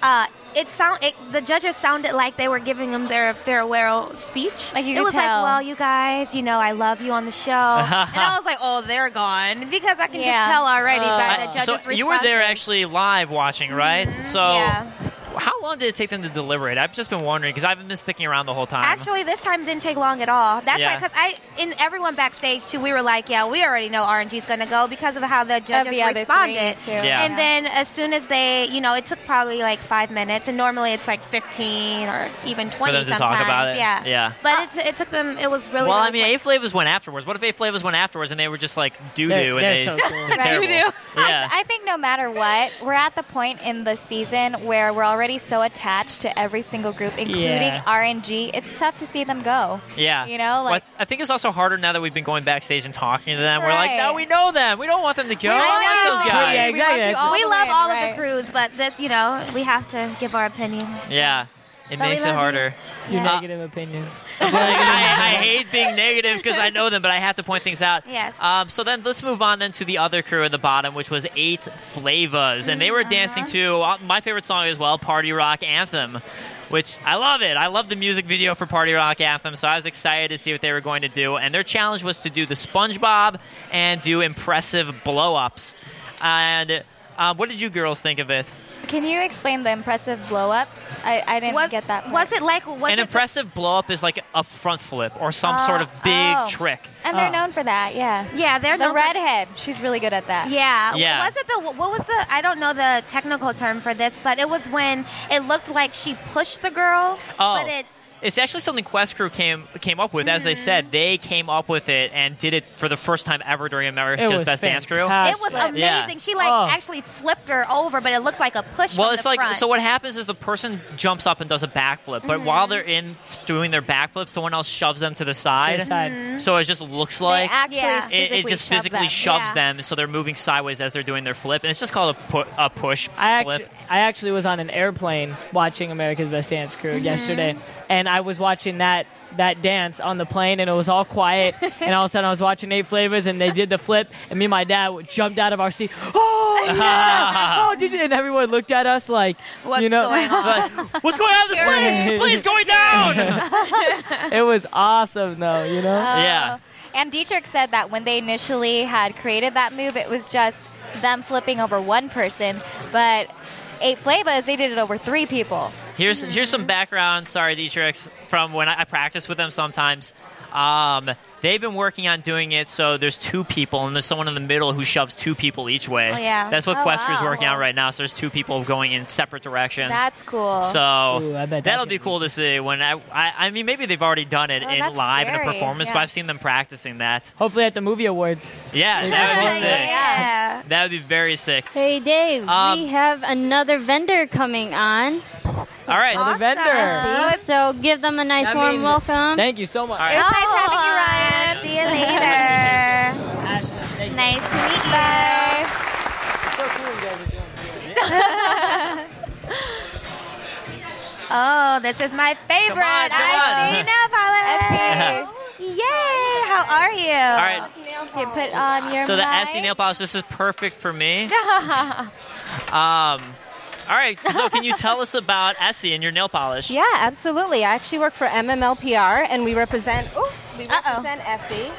uh, it sound it, the judges sounded like they were giving them their farewell speech. Like you it could was tell. like, well, you guys, you know, I love you on the show, and I was like, oh, they're gone because I can Yeah. just tell already I- by the judges' Uh, so you were there responses. actually live watching, right? So yeah. how long did it take them to deliberate? I've just been wondering because I've been sticking around the whole time. Actually, this time didn't take long at all. That's Um, Yeah. why, because I and everyone backstage too, we were like, yeah, we already know RNG's going to go because of how the judges the other responded. three, too. Yeah. And then as soon as they, you know, it took probably like five minutes, and normally it's like fifteen or even twenty them to talk sometimes. about it. Yeah, Yeah. But it, it took them. It was really. well, really I mean, quick. A Flavors went afterwards. What if A Flavors went afterwards and they were just like doo doo They're- and they're they so cool. they're terrible. Doo-doo. Yeah. I think no matter what, we're at the point in the season where we're already so attached to every single group, including Yeah. RNG. It's tough to see them go. Yeah. You Well, know, like- I think it's also harder now that we've been going backstage and talking to them. We're like, Right. no, we know them. We don't want them to go. We I want like you those all guys. to Yeah, win. We want exactly. you all we to love win, all of right. the crews, but this, you know, we have to give our opinions. Yeah. It But we makes it love you. harder. Your Yeah. negative opinions. I, I hate being negative because I know them, but I have to point things out. Yes. Um, so then let's move on then to the other crew at the bottom, which was Eight Flavas, and they Mm-hmm. were dancing to uh, my favorite song as well, Party Rock Anthem, which I love it. I love the music video for Party Rock Anthem, so I was excited to see what they were going to do. And their challenge was to do the SpongeBob and do impressive blow ups. And um, what did you girls think of it? Can you explain the impressive blow ups? I, I didn't was, get that. Part. Was it like was An it Uh, impressive blow up is like a front flip or some Oh, sort of big oh. trick. And they're Oh. known for that, yeah. Yeah, they're The known for- redhead, she's really good at that. Yeah. Yeah. Was it the what was the I don't know the technical term for this, but it was when it looked like she pushed the girl, Oh, but it it's actually something Quest Crew came came up with. As they Mm-hmm. said, they came up with it and did it for the first time ever during America's It was Best Dance Crew. fantastic. it was Absolutely. amazing. Yeah. She like Oh. actually flipped her over, but it looked like a push. Well, from it's the like front. so. What happens is the person jumps up and does a backflip, but Mm-hmm. while they're in doing their backflip, someone else shoves them to the side. side. Mm-hmm. So it just looks They like actually Yeah. it, physically it just shove physically them. shoves Yeah. them, so they're moving sideways as they're doing their flip, and it's just called a, pu- a push I actually, flip. I actually was on an airplane watching America's Best Dance Crew Mm-hmm. yesterday, and I was watching that that dance on the plane, and it was all quiet. and all of a sudden, I was watching Eight Flavors, and they did the flip, and me and my dad jumped out of our seat. Oh, yeah! oh, did you? And everyone looked at us like, What's you know, going on? Like, What's going on with this plane? Please going down. it was awesome though, you know. Uh, yeah. And Dietrich said that when they initially had created that move, it was just them flipping over one person, but Eight Flavas, they did it over three people. Here's here's some background. Sorry, these tricks from when I, I practice with them sometimes. Um, they've been working on doing it so there's two people and there's someone in the middle who shoves two people each way. Oh, yeah. that's what Oh, Quest Crew's wow. working on right now. So there's two people going in separate directions. That's cool. so Ooh, I bet that's that'll gonna be be- cool to see when I, I I mean maybe they've already done it Oh, in that's live in a scary. performance, Yeah. but I've seen them practicing that. Hopefully at the movie awards. Yeah, that would be sick. yeah. That would be very sick. Hey Dave, Um, we have another vendor coming on, All right, The vendor. so give them a nice That warm means- welcome. Thank you so much. All it right. was nice having you, Ryan. See you later. Ashton, thank you. nice to meet you. Bye. It's so cool you guys are doing. Oh, this is my favorite. on, come on. I Paula. Yay! How are you? All right. You put on your So the mic. SC nail polish, this is perfect for me. um, all right, so can you tell us about SC and your nail polish? Yeah, absolutely. I actually work for MMLPR, and we represent. Oh, we represent Essie.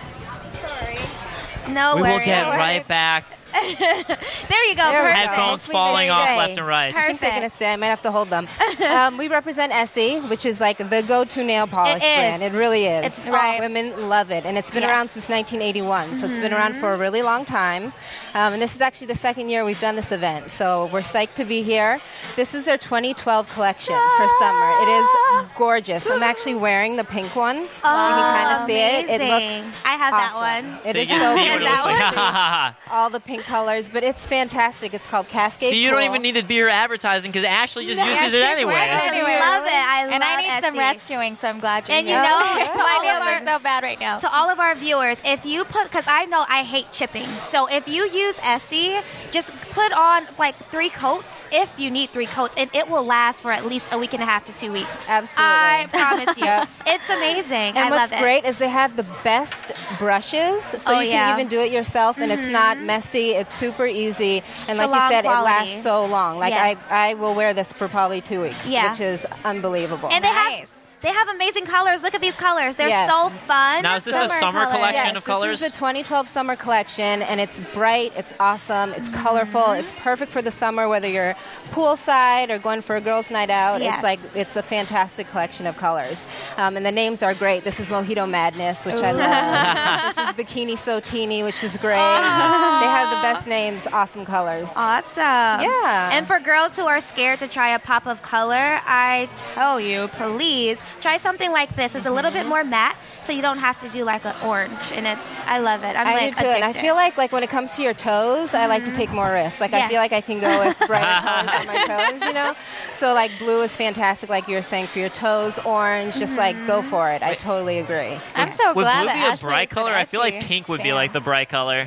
No we worries. will get No worries. right back. There you go. There we go. perfect. Headphones Please falling off enjoy. left and right. I think they're gonna Perfect. stay. I might have to hold them. um, we represent Essie, which is like the go-to nail polish It is. brand. It really is. Oh, It's Right. all- Women love it, and it's been Yes. Mm-hmm. around since 1981, so it's been around for a really long time. Um, and this is actually the second year we've done this event, so we're psyched to be here. This is their 2012 collection for summer. It is gorgeous. I'm actually wearing the pink one. you can kind of see it. It amazing. looks. I have that awesome. one. It So you is can so see would that have like, ha one? ha ha. ha. all the pink colors, but it's fantastic. It's called Cascade. So you don't Pool. even need to be your advertising because Ashley just uses it I anyway. wearing anyway. love it. I and I love E. need some Etsy. rescuing, so I'm glad you're And you here. know, to my all nails of are our- so bad right now. To all of our viewers, if you put, because I know I hate chipping, so if you use Essie, just put on like three coats if you need three coats, and it will last for at least a week and a half to two weeks. Absolutely. I promise you, Yep. it's amazing. I And what's love it. great is they have the best brushes, so Oh, you yeah. Mm-hmm. can even do it yourself, and it's not messy. It's super easy, and like you Salon said, quality. it lasts so long. Like Yes. I, I will wear this for probably two weeks, Yeah. which is unbelievable. And they Nice. have they have amazing colors. Look at these colors; they're Yes. so fun. Now, is this a summer colors. collection yes, of colors? This is the 2012 summer collection, and it's bright, it's awesome, it's colorful, it's perfect for the summer, whether you're poolside or going for a girls' night out. Yes. It's like it's a fantastic collection of colors, um, and the names are great. This is Mojito Madness, which I love. this is Bikini Sotini, which is great. they have the best names, awesome colors. Awesome. Yeah. And for girls who are scared to try a pop of color, I tell you, please try something like this. It's a little Mm-hmm. bit more matte, so you don't have to do like an orange. And it's, I love it. I'm I like do too, and I addicted. feel like like when it comes to your toes, I like to take more risks. Like I Yes. feel like I can go with brighter colors on my toes, you know. So like blue is fantastic, like you were saying for your toes. Orange, just like go for it. I totally agree. I'm so would glad blue that be a Ashley bright could color? I feel like Etsy. pink would be Damn. like the bright color.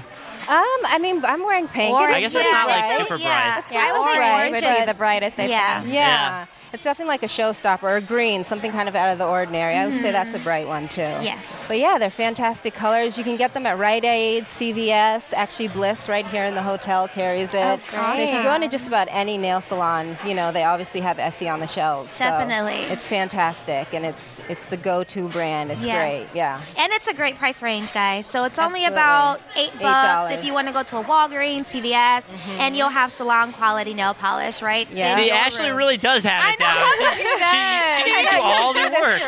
Um, I mean, I'm wearing pink. Orange, I guess it's not like Right? super Yeah. bright. Yeah, I would say orange orange, would be but- the brightest. I Yeah. think. Yeah. Yeah. It's definitely like a showstopper or a green, something kind of out of the ordinary. I would say that's a bright one too. Yes. But yeah, they're fantastic colors. You can get them at Rite Aid, CVS, actually Bliss right here in the hotel carries it. Oh, And if great. you go into just about any nail salon, you know, they obviously have Essie on the shelves. so Definitely. it's fantastic and it's it's the go to brand. It's Yeah. great. Yeah. And it's a great price range, guys. So it's only Absolutely. about eight Eight bucks dollars. Mm-hmm. if you want to go to a Walgreens, CVS, and you'll have salon quality nail polish, right? Yeah. See, Your Ashley really does have it down. She, she, she needs to do all the work.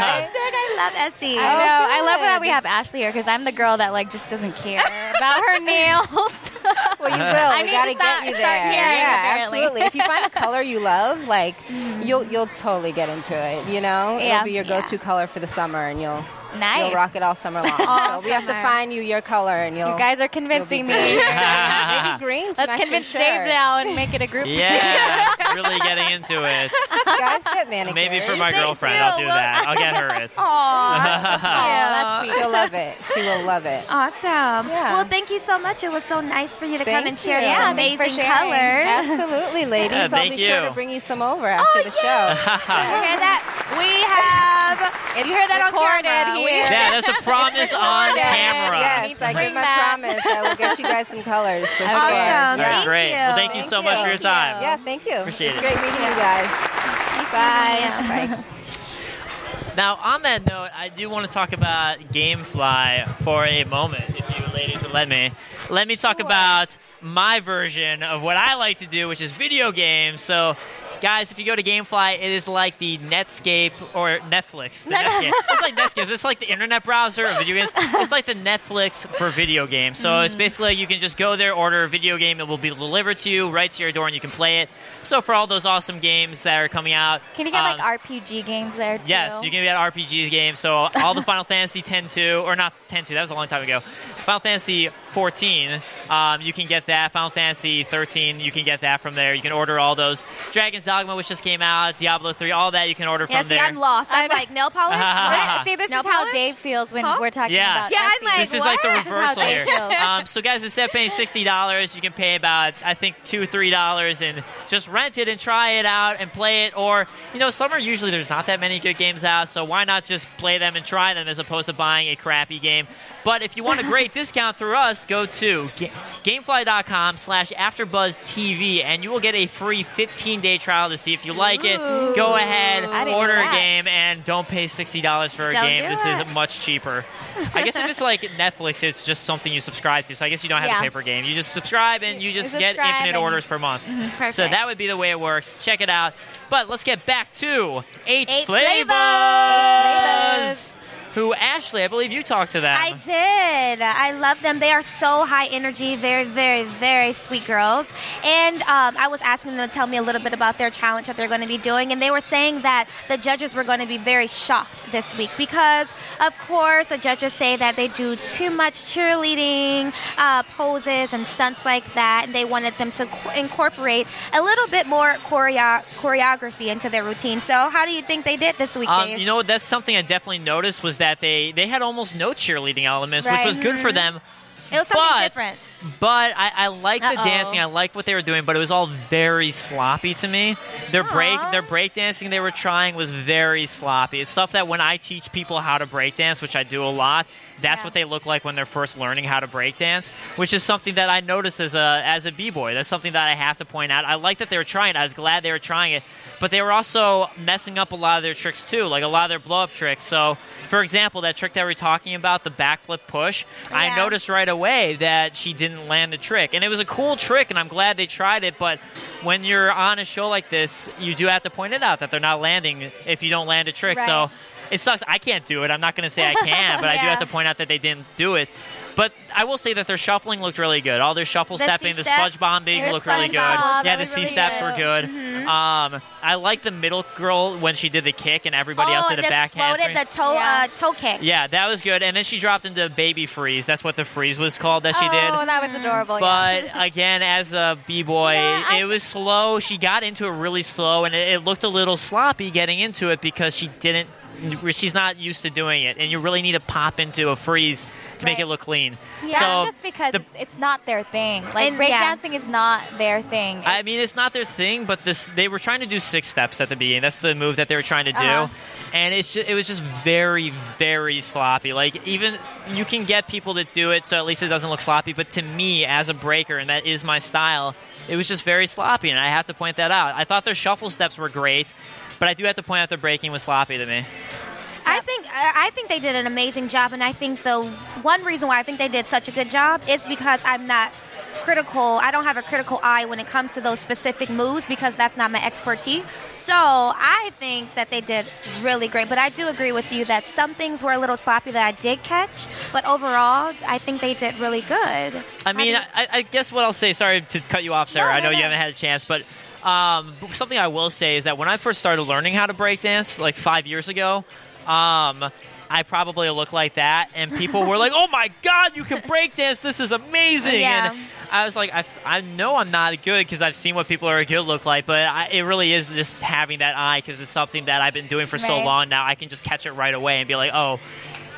I love Essie. I know. I love good. that we have Ashley here because I'm the girl that like just doesn't care about her nails. Well, you will. I we need gotta to start- get you there. start caring, yeah, apparently. Mm-hmm. absolutely. if you find a color you love, like you'll you'll totally get into it. You know, Yeah. it'll be your Yeah. go-to color for the summer, and you'll Nice. you'll rock it all summer long. so we have to summer. find you your color, and you'll You guys are convincing me. Ah. maybe green. to Let's match your convince shirt. Dave now and make it a group. yeah, really getting into it. Guys get manicures. Maybe for my They girlfriend, do. I'll do Well- that. I'll get her it. Aw, Oh, that's She'll love it. She will love it. Awesome. Yeah. Well, thank you so much. It was so nice for you to come Thank and share you. these Yeah, thanks for amazing sharing. colors. Absolutely, ladies. Yeah, I'll thank be sure you. to bring you some over after the show. You hear that? We have. you hear that on recorded camera? We- here. Yeah, that's a promise on Yeah. camera. Yes, to I bring give my that. promise. I will get you guys some colors for sure. Awesome. Yeah. All right, Thank great. you. Well, thank you so much for your time. Yeah, thank you. Appreciate it's it. great meeting you guys. Bye. Bye. Now, on that note, I do want to talk about GameFly for a moment, if you ladies would let me. Let me talk about my version of what I like to do, which is video games. So, guys, if you go to GameFly, it is like the Netscape or Netflix. The Netscape. It's like Netscape. It's like the internet browser of video games. It's like the Netflix for video games. So, Mm. it's basically like you can just go there, order a video game, it will be delivered to you right to your door, and you can play it. So, for all those awesome games that are coming out, Can you get like um, RPG games there too? Yes, you can get RPGs games. So all the Final Fantasy 10 2, or not 10 2, that was a long time ago. Final Fantasy 14, um, you can get that. Final Fantasy 13, you can get that from there. You can order all those. Dragon's Dogma, which just came out, Diablo 3, all that you can order Yeah, from see, there. I'm lost. I'm like, nail polish? Ah. What? See, this Nail is how polish? Dave feels when Huh? we're talking Yeah. about. Yeah, I'm Etsy. like, this is like the what? reversal How they here. feel. Um, so, guys, instead of paying sixty dollars, you can pay about I think two, three dollars, and just rent it and try it out and play it. Or you know, summer usually there's not that many good games out, so why not just play them and try them as opposed to buying a crappy game? But if you want a great discount through us, go to ga- Gamefly.com/slash AfterBuzzTV, and you will get a free 15-day trial to see if you like it. Go ahead, I didn't know order a that. game, and don't pay sixty dollars for a Don't game. do This is it. much cheaper. I guess if it's like Netflix, it's just something you subscribe to. So I guess you don't have Yeah. a paper game. You just subscribe and you just get subscribe and infinite you- orders per month. Perfect. So that would be the way it works. Check it out. But let's get back to eight, Eight flavors. flavors. who Ashley, I believe you talked to them. I did. I love them. They are so high energy, very, very, very sweet girls. And um, I was asking them to tell me a little bit about their challenge that they're going to be doing, and they were saying that the judges were going to be very shocked this week because, of course, the judges say that they do too much cheerleading uh, poses and stunts like that, and they wanted them to co- incorporate a little bit more choreo- choreography into their routine. So, how do you think they did this week, Um, Dave? you know, what? that's something I definitely noticed was that they they had almost no cheerleading elements, Right. which was good for them. it was something but, different. But I, I like the Uh-oh. dancing. I like what they were doing, but it was all very sloppy to me. Their break, Aw. their break dancing they were trying was very sloppy. It's stuff that when I teach people how to break dance, which I do a lot, that's Yeah. what they look like when they're first learning how to break dance, which is something that I noticed as a as a b boy. That's something that I have to point out. I like that they were trying. it. I was glad they were trying it, but they were also messing up a lot of their tricks too, like a lot of their blow up tricks. So, for example, that trick that we are talking about, the backflip push, I Yeah. noticed noticed right away that she didn't land the trick. And it was a cool trick, and I'm glad they tried it. But when you're on a show like this, you do have to point it out that they're not landing if you don't land a trick. So Right. it sucks. I can't do it. I'm not going to say I can, but I do Yeah. have to point out that they didn't do it. But I will say that their shuffling looked really good. All their shuffle The stepping, the C-step, sponge bombing their looked really sponge good. bomb, yeah, that the was C really steps good. Mm-hmm. were good. Um, I like the middle girl when she did the kick and everybody else oh, did and a backhand. exploded screen. the toe, Yeah. uh, toe kick. Yeah, that was good. And then she dropped into baby freeze. That's what the freeze was called that she did. Oh, that was adorable. But again, as a b boy, Yeah, I- it was slow. She got into it really slow, and it, it looked a little sloppy getting into it because she didn't. She's not used to doing it, and you really need to pop into a freeze to make Right. it look clean. so yeah. That's just because the- it's, it's not their thing. Like And- yeah. breakdancing is not their thing. I mean, it's not their thing, but this they were trying to do six steps at the beginning. That's the move that they were trying to do, Uh-huh. and it's just, it was just very very sloppy. Like even you can get people to do it, so at least it doesn't look sloppy. But to me, as a breaker, and that is my style, it was just very sloppy, and I have to point that out. I thought their shuffle steps were great. But I do have to point out their breaking was sloppy to me. I think I I think they did an amazing job, and I think the one reason why I think they did such a good job is because I'm not critical. I don't have a critical eye when it comes to those specific moves because that's not my expertise. So I think that they did really great. But I do agree with you that some things were a little sloppy that I did catch. But overall, I think they did really good. I mean, How I, I guess what I'll say. Sorry to cut you off, Sarah. No, I know no, you no. haven't had a chance, but um, something I will say is that when I first started learning how to breakdance, like five years ago, um, I probably looked like that, and people were like, "Oh my god, you can breakdance! This is amazing!" Yeah. And I was like, "I, I know I'm not good because I've seen what people are good look like, but I, it really is just having that eye because it's something that I've been doing for so Right. long now. I can just catch it right away and be like, oh."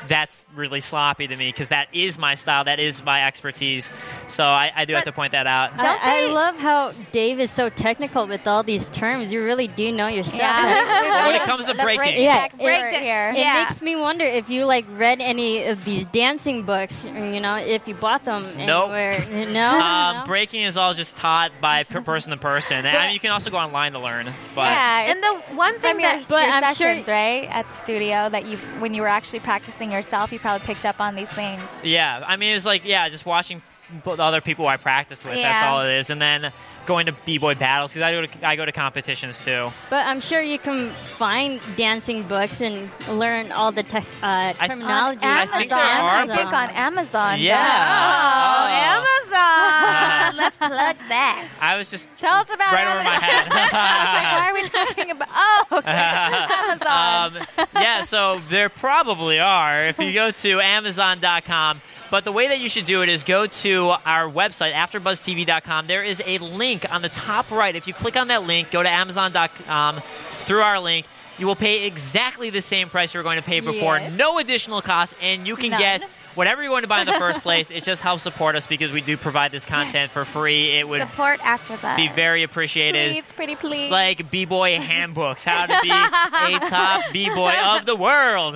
that's really sloppy to me because that is my style, that is my expertise. So I, I do have to point that out. Don't I, I they- love how Dave is so technical with all these terms. You really do know your stuff. When it comes to breaking, Yeah, yeah, break the- here. It Yeah. makes me wonder if you like read any of these dancing books. You know, if you bought them Nope. anywhere. No, um, no? breaking is all just taught by per- person to person. And I mean, you can also go online to learn. But yeah, it's And the one thing from your, that But your I'm sure- sessions, right, at the studio, that you when you were actually practicing yourself, you probably picked up on these things. Yeah, I mean, it's like yeah, just watching b- the other people I practice with. That's Yeah. all it is, and then going to b boy battles because I go to I go to competitions too. but I'm sure you can find dancing books and learn all the tech uh, I- terminology. on I Amazon, think there are, I think but- on Amazon. Oh, Yeah. Amazon. Let's plug that. I was just Tell us about right Amazon. over my head. I was like, why are we talking about? Oh, okay. Amazon. um, yeah, so there probably are if you go to Amazon.com. But the way that you should do it is go to our website, AfterBuzzTV.com. There is a link on the top right. If you click on that link, go to Amazon.com through our link. You will pay exactly the same price you were going to pay before, Yes. no additional cost, and you can None. get whatever you want to buy in the first place. It just helps support us because we do provide this content for free. It would Support after that. be very appreciated please, pretty please. like b-boy handbooks how to be a top b-boy of the world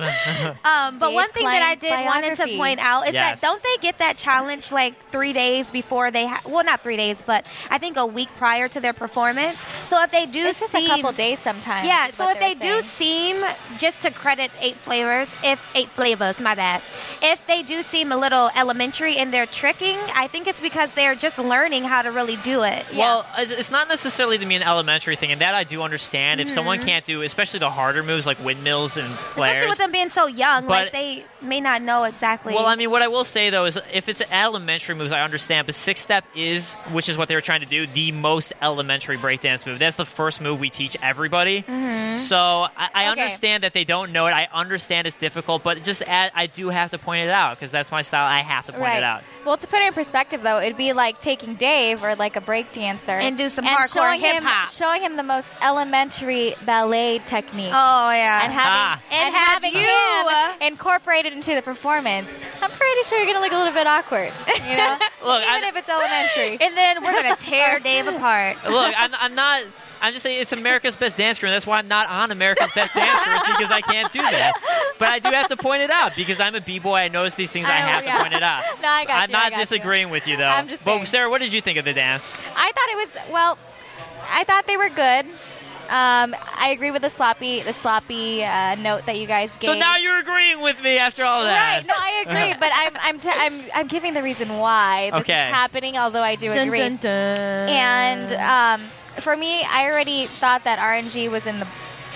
Um, but Dave one thing that I did Klein's wanted to biography. point out is Yes. that don't they get that challenge like three days before they ha- well not three days but I think a week prior to their performance. So if they do it's just seem a couple days sometimes. yeah, is so what if they were do saying. seem just to credit eight flavors, if eight flavors, my bad, if they do seem a little elementary in their tricking, I think it's because they're just learning how to really do it. Well, it's- it's not necessarily to me an elementary thing, and that I do understand. If someone can't do, especially the harder moves like windmills and flares, Mm-hmm. Especially with them being so young, But- like they may not know exactly. Well, I mean, what I will say though is, if it's elementary moves, I understand. But six step is, which is what they were trying to do, the most elementary breakdance move. That's the first move we teach everybody. Mm-hmm. So I, I Okay. understand that they don't know it. I understand it's difficult, but just add, I do have to point it out because that's my style. I have to point right. it out. Well, to put it in perspective, though, it'd be like taking Dave or like a break dancer And do some and hardcore showing him- hip-hop. showing him the most elementary ballet technique. oh yeah, And having, Ah. and And have having you, uh, him incorporated into the performance, I'm pretty sure you're gonna look a little bit awkward, you know, Look, even I- if it's elementary. and then we're gonna tear Dave apart. Look, I'm, I'm not. I'm just saying it's America's Best Dance Crew, and that's why I'm not on America's Best Dance Crew is because I can't do that. But I do have to point it out because I'm a b-boy. I notice these things. I Oh, have yeah. to point it out. No, I got I'm you, I not got you. disagreeing with you though. I'm just but saying. Sarah, what did you think of the dance? I thought it was well. I thought they were good. Um, I agree with the sloppy, the sloppy uh, note that you guys gave. So now you're agreeing with me after all that. Right, no, I agree, but I'm I'm, t- I'm I'm giving the reason why this Okay. is happening. Although I do agree, and um, for me, I already thought that RNG was in the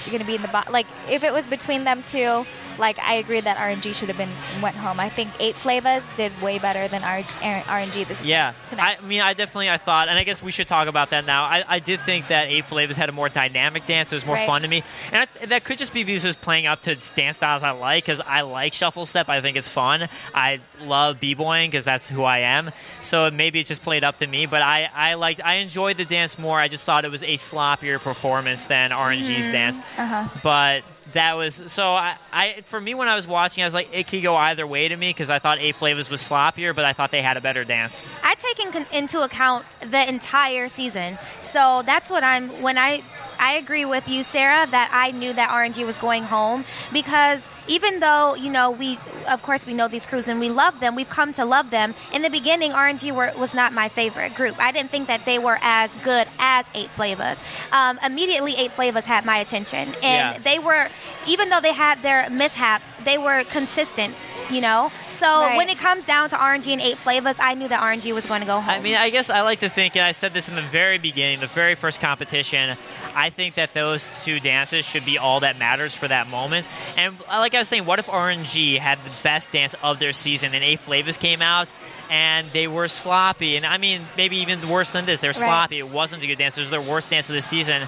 going to be in the bo- like if it was between them two, like I agreed that RNG should have been went home. I think eight flavors did way better than RNG, RNG this Yeah, tonight. I mean, I definitely I thought, and I guess we should talk about that now. I, I did think that Eight Flavors had a more dynamic dance; it was more Right. fun to me, and I, that could just be because it was playing up to its dance styles I like. Because I like shuffle step; I think it's fun. I love b-boying because that's who I am. So maybe it just played up to me, but I I liked I enjoyed the dance more. I just thought it was a sloppier performance than Mm-hmm. RNG's dance, Uh-huh. but. That was so. I, I for me when I was watching, I was like, it could go either way to me because I thought Eight Flavors was sloppier, but I thought they had a better dance. I take in, into account the entire season. So that's what I'm when I I agree with you, Sarah, that I knew that RNG was going home because even though you know we of course we know these crews and we love them, we've come to love them. In the beginning, RNG were, was not my favorite group. I didn't think that they were as good as Eight Flavors. Um, immediately, Eight Flavors had my attention, and Yeah. they were even though they had their mishaps, they were consistent. You know, so Right. when it comes down to RNG and eight flavors, I knew that RNG was going to go home. I mean, I guess I like to think, and I said this in the very beginning, the very first competition. I think that those two dances should be all that matters for that moment. And uh, like I was saying, what if RNG had the best dance of their season and Eight Flavors came out and they were sloppy? And I mean, maybe even worse than this, they were sloppy. It wasn't a good dance. It was their worst dance of the season.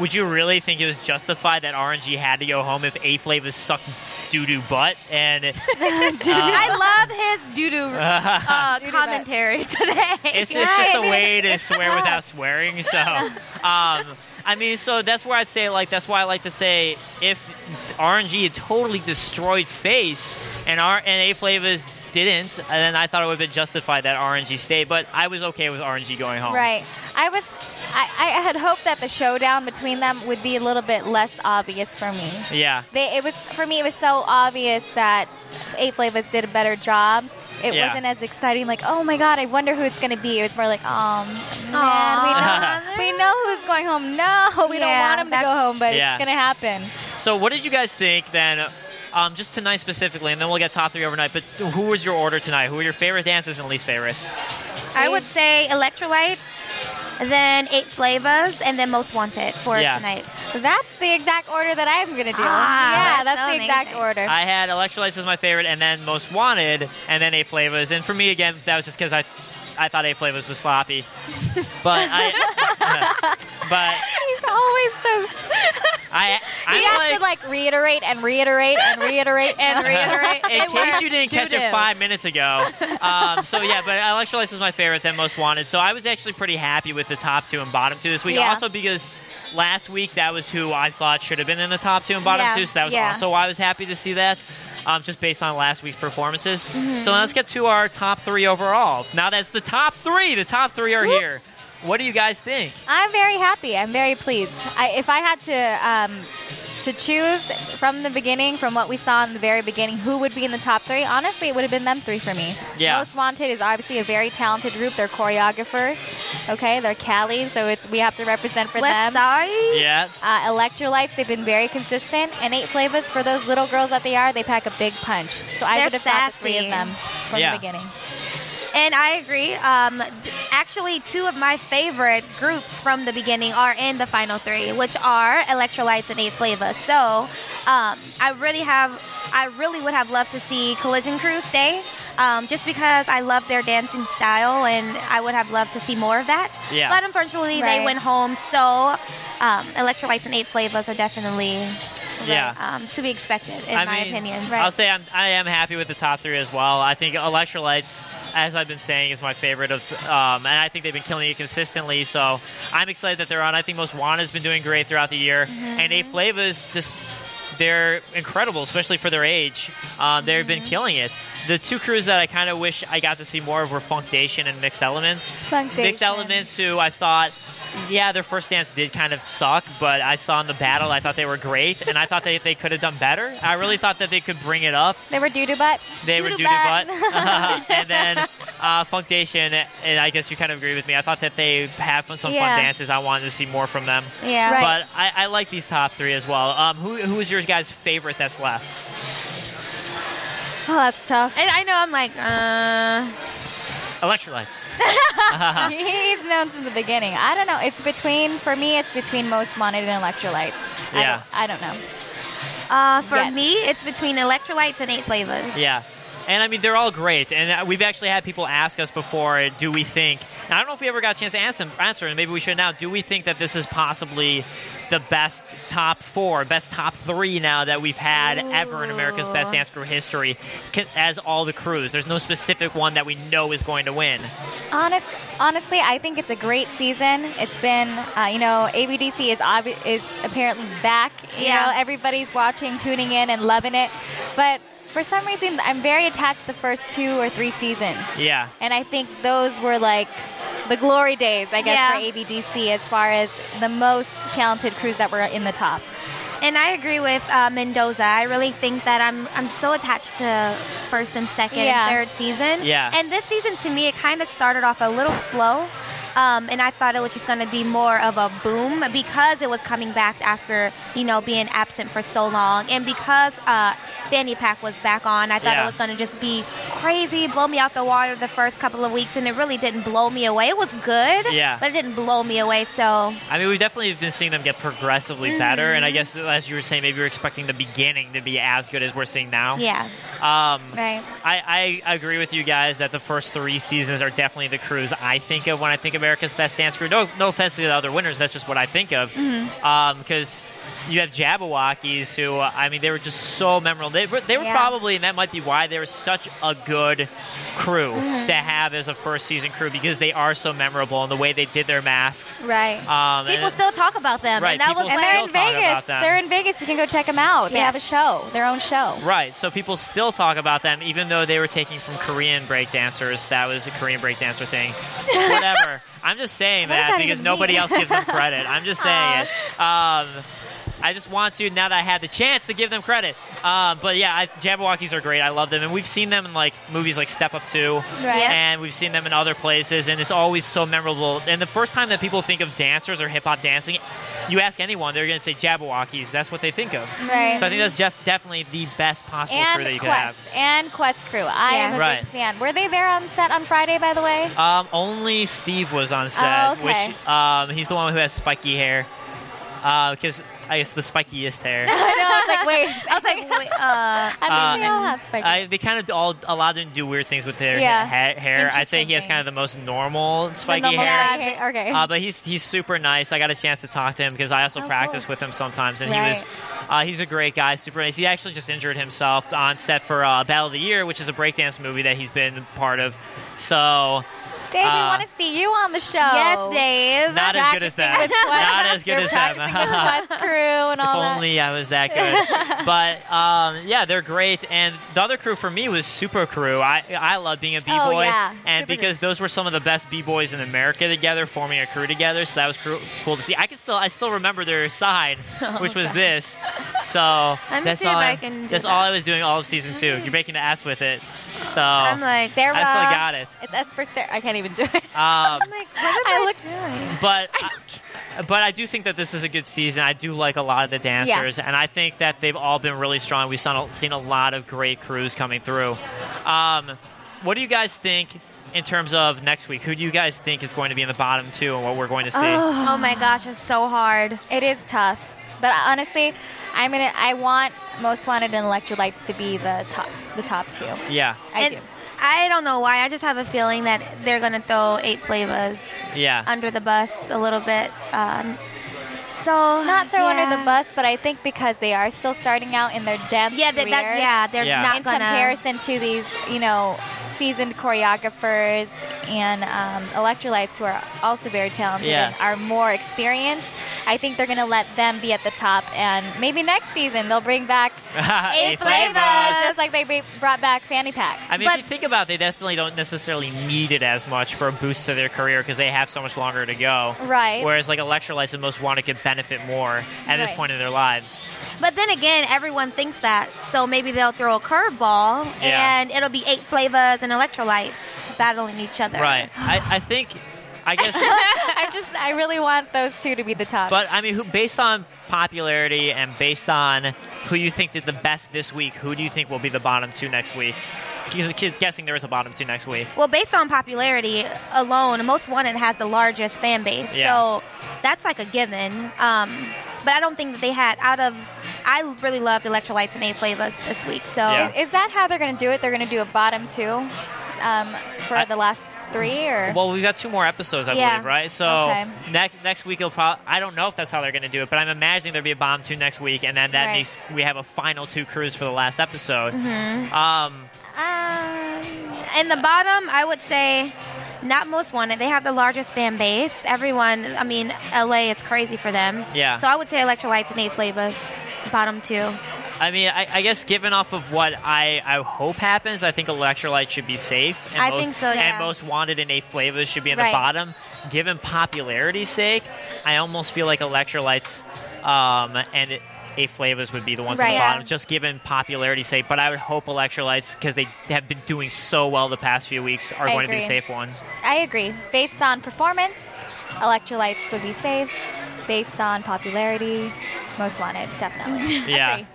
Would you really think it was justified that RNG had to go home if Eight Flavors sucked doo doo butt? And uh, I love his doo doo uh, Doo-doo commentary today. It's, it's just a way to swear without swearing. So, um, I mean, so that's where I'd say, like, that's why I like to say if RNG had totally destroyed Face and R and A Flavors didn't, and then I thought it would have been justified that RNG stayed, but I was okay with RNG going home. Right. I was. I, I had hoped that the showdown between them would be a little bit less obvious for me. Yeah. They, it was for me. It was so obvious that Eight Flavors did a better job. It Yeah. wasn't as exciting. Like, oh my god, I wonder who it's going to be. It was more like, oh Aw. man, we know, we know who's going home. No, we Yeah, don't want him to that's- go home, but Yeah. it's going to happen. So, what did you guys think then? Um, just tonight specifically, and then we'll get top three overnight. But who was your order tonight? Who were your favorite dances and least favorite? I would say electrolytes, then eight flavors, and then most wanted for Yeah. tonight. That's the exact order that I'm going to do. Ah, yeah, that's that's so the exact amazing. order. I had Electrolytes as my favorite, and then Most Wanted, and then A Flavors. And for me, again, that was just because I, I thought A Flavors was sloppy. But I, but He's always so I, You have I to like reiterate and reiterate and reiterate and reiterate. In case you didn't catch it doo-doo. five minutes ago, um, so yeah, but Electrolytes was my favorite, then Most Wanted. So I was actually pretty happy with the top two and bottom two this week. Yeah. Also because last week that was who I thought should have been in the top two and bottom Yeah, two, so that was yeah. also why I was happy to see that. Um, just based on last week's performances. Mm-hmm. So now let's get to our top three overall. Now that's the top three. The top three are here. What do you guys think? I'm very happy. I'm very pleased. I, if I had to um, to choose from the beginning, from what we saw in the very beginning, who would be in the top three, honestly, it would have been them three for me. Yeah. Most Wanted is obviously a very talented group. They're choreographers, okay? They're Cali, so it's, we have to represent for them. West Side. Yeah. Uh, Electrolytes, they've been very consistent. And Eight Flavors, for those little girls that they are, they pack a big punch. So I They're would have thought the three sassy. of them from Yeah. the beginning. And I agree. Um, d- actually, two of my favorite groups from the beginning are in the final three, which are Electrolytes and Eight Flavor. So um, I really have, I really would have loved to see Collision Crew stay, um, just because I love their dancing style, and I would have loved to see more of that. Yeah. But unfortunately, Right. they went home. So um, Electrolytes and Eight Flavors are definitely. Yeah. Um, to be expected, in I my mean, opinion. I'll say I'm, I am happy with the top three as well. I think Electrolytes, as I've been saying, is my favorite of, um, and I think they've been killing it consistently. So I'm excited that they're on. I think Most Wanted's been doing great throughout the year, Mm-hmm. and Eight Flavors just. They're incredible, especially for their age. Um, they've Mm-hmm. been killing it. The two crews that I kind of wish I got to see more of were Funkdation and Mixed Elements. Mixed Funkdation. Elements, who I thought, yeah, their first dance did kind of suck, but I saw in the battle, I thought they were great, and I thought they, they could have done better. I really thought that they could bring it up. They were doo doo butt. They were doo Doodle doo butt. butt. and then uh, Funkdation, and I guess you kind of agree with me. I thought that they had some Yeah. fun dances. I wanted to see more from them. yeah. Right. But I, I like these top three as well. Um, who, who is your guys' favorite that's left? Oh, that's tough. And I know I'm like, uh, Electrolytes. He's known since the beginning. I don't know. It's between, for me, it's between most wanted and electrolyte. Yeah. I don't, I don't know. Uh, for Yes. me, it's between electrolytes and eight flavors. Yeah. And I mean, they're all great. And uh, we've actually had people ask us before, uh, do we think, and I don't know if we ever got a chance to answer, answer, and maybe we should now, do we think that this is possibly the best top four, best top three now that we've had ever in America's Best Dance Crew history, c- as all the crews? There's no specific one that we know is going to win. Honest, honestly, I think it's a great season. It's been, uh, you know, ABDC is obvi- is apparently back. You Yeah. know, everybody's watching, tuning in, and loving it. But for some reason, I'm very attached to the first two or three seasons, Yeah. and I think those were like the glory days, I guess, Yeah. for ABDC as far as the most talented crews that were in the top. And I agree with uh, Mendoza. I really think that I'm I'm so attached to first and second Yeah. and third season. Yeah. And this season to me, it kind of started off a little slow. Um, and I thought it was just going to be more of a boom because it was coming back after you know being absent for so long, and because uh, Fanny Pack was back on, I thought Yeah. it was going to just be crazy, blow me out the water the first couple of weeks, and it really didn't blow me away. It was good, Yeah. but it didn't blow me away. So I mean, we've definitely been seeing them get progressively better. And I guess, as you were saying, maybe we are expecting the beginning to be as good as we're seeing now. yeah, Um, right. I, I agree with you guys that the first three seasons are definitely the crews I think of when I think America's Best Dance Crew. No, no offense to the other winners, that's just what I think of. Mm-hmm. Because you have Jabberwockies, who uh, I mean, they were just so memorable. They were, they were Yeah. probably, and that might be why they were such a good crew Mm-hmm. to have as a first season crew because they are so memorable and the way they did their masks. Right. Um, People and- still talk about them, Right, and that people was and like, they're still in talk Vegas. about them. They're in Vegas. You can go check them out. They Yeah. have a show, their own show. Right, so people still talk about them, even though they were taking from Korean break dancers. That was a Korean break dancer thing. Whatever. I'm just saying What does that, that because even nobody mean? Uh. else gives them credit. I'm just saying it. Um, I just want to now that I had the chance to give them credit. Um, but yeah, I, Jabberwockies are great. I love them, and we've seen them in like movies like Step Up Two, Right. Yeah. and we've seen them in other places, and it's always so memorable. And the first time that people think of dancers or hip hop dancing, you ask anyone, they're going to say Jabberwockies. That's what they think of. Right. So I think that's Jeff definitely the best possible crew that and you Quest could and Quest crew. I Yeah. am a Right. big fan. Were they there on set on Friday, by the way? have. Um, only Steve was on set, Oh, okay. which um, he's the one who has spiky hair. Because I guess the spikiest hair. I know. I was like, wait. I was like, wait, uh, I Uh, think they all have spikes. I, they kind of all allowed them to do weird things with their Yeah. ha- hair. I'd say he has Interesting kind of the most normal spiky The normal hair. guy. Okay. Uh, but he's he's super nice. I got a chance to talk to him because I also Oh, practice with him sometimes, and he was uh, he's a great guy, super nice. He actually just injured himself on set for uh, Battle of the Year, which is a breakdance movie that he's been part of. So Dave, we Uh, want to see you on the show. Yes, Dave. Not as good as Practicing that. with Quest. Not as good You're as that. practicing with Quest crew and If all that. only I was that good. but um, yeah, they're great. And the other crew for me was Super Crew. I I love being a b boy, Oh, yeah. and Super Crew. because those were some of the best b boys in America together, forming a crew together. So that was cru- cool to see. I can still I still remember their side, which was this. So Oh, Let me that's see if all. I I'm- can do that's that. Mm-hmm. all I was doing all of season two. You're making the ass with it. So I'm like, Sarah. I still got it. It's S for Sarah. I can't even do it. Um, I'm like, what am I I, looked- doing? but I, but I do think that this is a good season. I do like a lot of the dancers, and I think that they've all been really strong. We've seen a, seen a lot of great crews coming through. Um, what do you guys think in terms of next week? Who do you guys think is going to be in the bottom two, and what we're going to see? Oh my gosh, it's so hard. It is tough, but I- honestly, I'm gonna. I want Most Wanted and Electrolytes to be the top, the top two. Yeah, I And do. I don't know why. I just have a feeling that they're gonna throw eight flavors yeah. under the bus a little bit. Um, so Not throw under yeah. the bus, but I think because they are still starting out in their depth. Yeah, that, that, careers, yeah, they're Yeah. not In gonna. comparison to these, you know, seasoned choreographers and um, Electrolytes, who are also very talented Yeah. and are more experienced, I think they're gonna let them be at the top, and maybe next season they'll bring back Eight flavors. just like they br- brought back fanny pack. I mean, if But- you think about it, they definitely don't necessarily need it as much for a boost to their career because they have so much longer to go. Right. Whereas, like, electrolytes and most wanted could benefit more at this Right. point in their lives. But then again, everyone thinks that, so maybe they'll throw a curveball Yeah. and it'll be eight flavors and electrolytes battling each other. Right. I, I think, I guess. I just, I really want those two to be the top. But I mean, who, based on popularity and based on who you think did the best this week, who do you think will be the bottom two next week? Because- because Guessing there is a bottom two next week. Well, based on popularity alone, Most Wanted has the largest fan base, Yeah. so that's like a given. Um, but I don't think that they had out of. I really loved electrolytes and eight flavors this week, so Yeah. is that how they're going to do it? They're going to do a bottom two um, for I- the last three, or Well, we've got two more episodes, I Yeah. believe, right? So Okay. next next week, it'll probably. I don't know if that's how they're going to do it, but I'm imagining there'll be a bomb two next week, and then that Right. means we have a final two crews for the last episode. Mm-hmm. Um, um, in the bottom, I would say not most wanted. They have the largest fan base. Everyone, I mean, LA, it's crazy for them. Yeah. So I would say electrolytes and eight flavors, bottom two. I mean, I, I guess given off of what I, I hope happens, I think electrolyte should be safe. And I most, think so, And yeah. most wanted and eight flavors should be in the Right. bottom. Given popularity's sake, I almost feel like electrolytes um, and it, eight flavors would be the ones on Right. the Yeah. bottom, just given popularity's sake. But I would hope electrolytes, because they have been doing so well the past few weeks, are I going to be agree. safe ones. I agree. Based on performance, electrolytes would be safe. Based on popularity, most wanted, definitely. Yeah. Agree.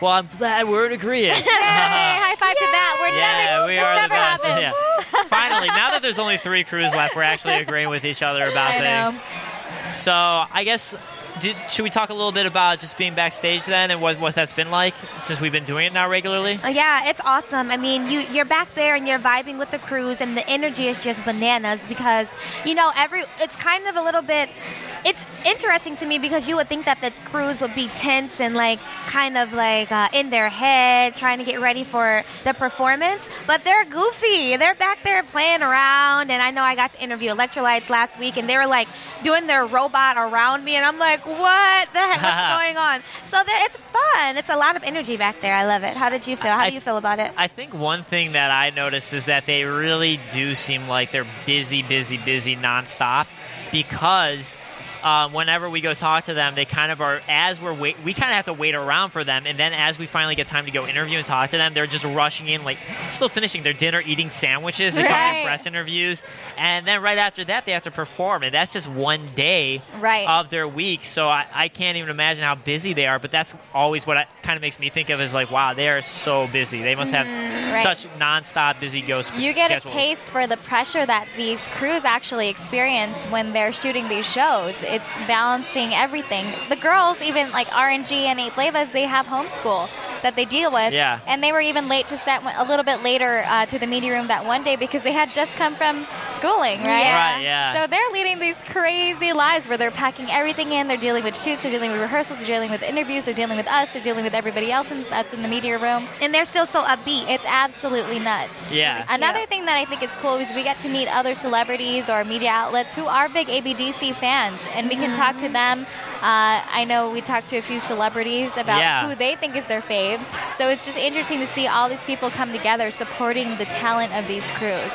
Well, I'm glad we're in agreement. Yay, high five to that. We're Yeah, never, we this are the never best. happened. Yeah. Finally, now that there's only three crews left, we're actually agreeing with each other about I know. things. So I guess did, should we talk a little bit about just being backstage then and what, what that's been like since we've been doing it now regularly? Uh, Yeah, it's awesome. I mean, you you're back there and you're vibing with the crews, and the energy is just bananas because you know every. It's kind of a little bit. It's interesting to me because you would think that the crews would be tense and like kind of like uh, in their head, trying to get ready for the performance. But they're goofy. They're back there playing around, and I know I got to interview Electrolytes last week, and they were like doing their robot around me, and I'm like, what the heck? What's going on? So there, it's fun. It's a lot of energy back there. I love it. How did you feel? How I- do you feel about it? I think one thing that I noticed is that they really do seem like they're busy, busy, busy nonstop because um, whenever we go talk to them, they kind of are, as we're wait, we kind of have to wait around for them. And then as we finally get time to go interview and talk to them, they're just rushing in, like still finishing their dinner, eating sandwiches, and coming to Right. press interviews. And then right after that, they have to perform. And that's just one day Right. of their week. So I, I can't even imagine how busy they are. But that's always what I, kind of makes me think of is like, wow, they are so busy. They must have Mm, right. such nonstop busy ghost. You get a taste for the pressure that these crews actually experience when they're shooting these shows. It's balancing everything. The girls, even like RNG and Eight Flavas, they have homeschool that they deal with. Yeah. And they were even late to set a little bit later uh, to the media room that one day because they had just come from schooling, right? Right, yeah. So they're leading these crazy lives where they're packing everything in. They're dealing with shoots, they're dealing with rehearsals, they're dealing with interviews, they're dealing with us, they're dealing with everybody else in- that's in the media room. And they're still so upbeat. It's absolutely nuts. Yeah. Another thing that I think is cool is we get to meet other celebrities or media outlets who are big ABDC fans, and we can talk to Mm-hmm. them. Uh, I know we talked to a few celebrities about Yeah. who they think is their faves. So it's just interesting to see all these people come together supporting the talent of these crews.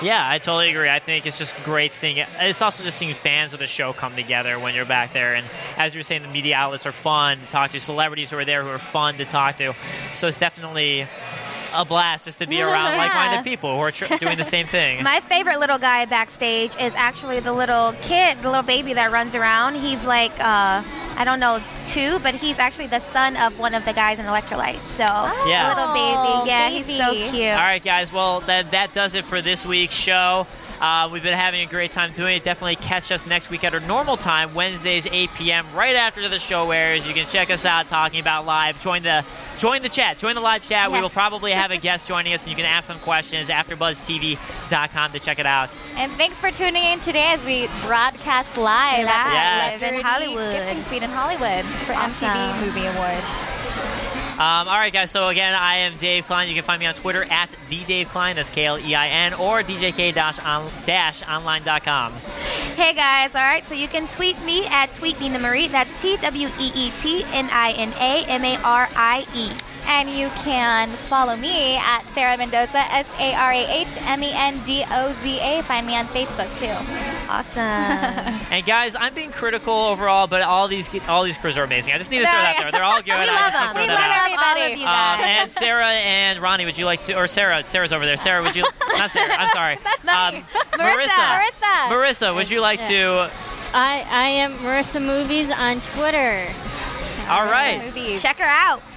Yeah, I totally agree. I think it's just great seeing it. It's also just seeing fans of the show come together when you're back there. And as you were saying, the media outlets are fun to talk to, celebrities who are there who are fun to talk to. So it's definitely a blast just to be around Yeah. like minded people who are tr- doing the same thing. My favorite little guy backstage is actually the little kid, the little baby that runs around. He's like, uh, I don't know, two, but he's actually the son of one of the guys in Electrolyte. So, Yeah. little baby. Yeah, he's Oh, baby. so cute. All right, guys. Well, that, that does it for this week's show. Uh, we've been having a great time doing it. Definitely catch us next week at our normal time, Wednesdays, 8 p.m. Right after the show airs, you can check us out talking about live. Join the join the chat. Join the live chat. We Yes. will probably have a guest joining us, and you can ask them questions. AfterBuzzTV.com to check it out. And thanks for tuning in today as we broadcast live at Yes. the In Hollywood. Gifting Feed in Hollywood for MTV Awesome. Movie Awards. Um, all right, guys. So again, I am Dave Klein. You can find me on Twitter at the Dave Klein. That's K L E I N or DJK-online.com. Hey guys, all right, so you can tweet me at Tweet Nina Marie. That's T W E E T N I N A M A R I E. And you can follow me at Sarah Mendoza, S A R A H M E N D O Z A. Find me on Facebook too. Awesome. And guys, I'm being critical overall, but all these all these crews are amazing. I just need to throw that out there. They're all good. we I love just need to them. throw We that out. love all Everybody. of you Um, guys. and Sarah and Ronnie, would you like to, or Sarah, Sarah's over there. Sarah, would you, not Sarah, I'm sorry. Um, Marissa, Marissa. Marissa, would you like to, I, I am Marissa Movies on Twitter. all right. Movies. Check her out.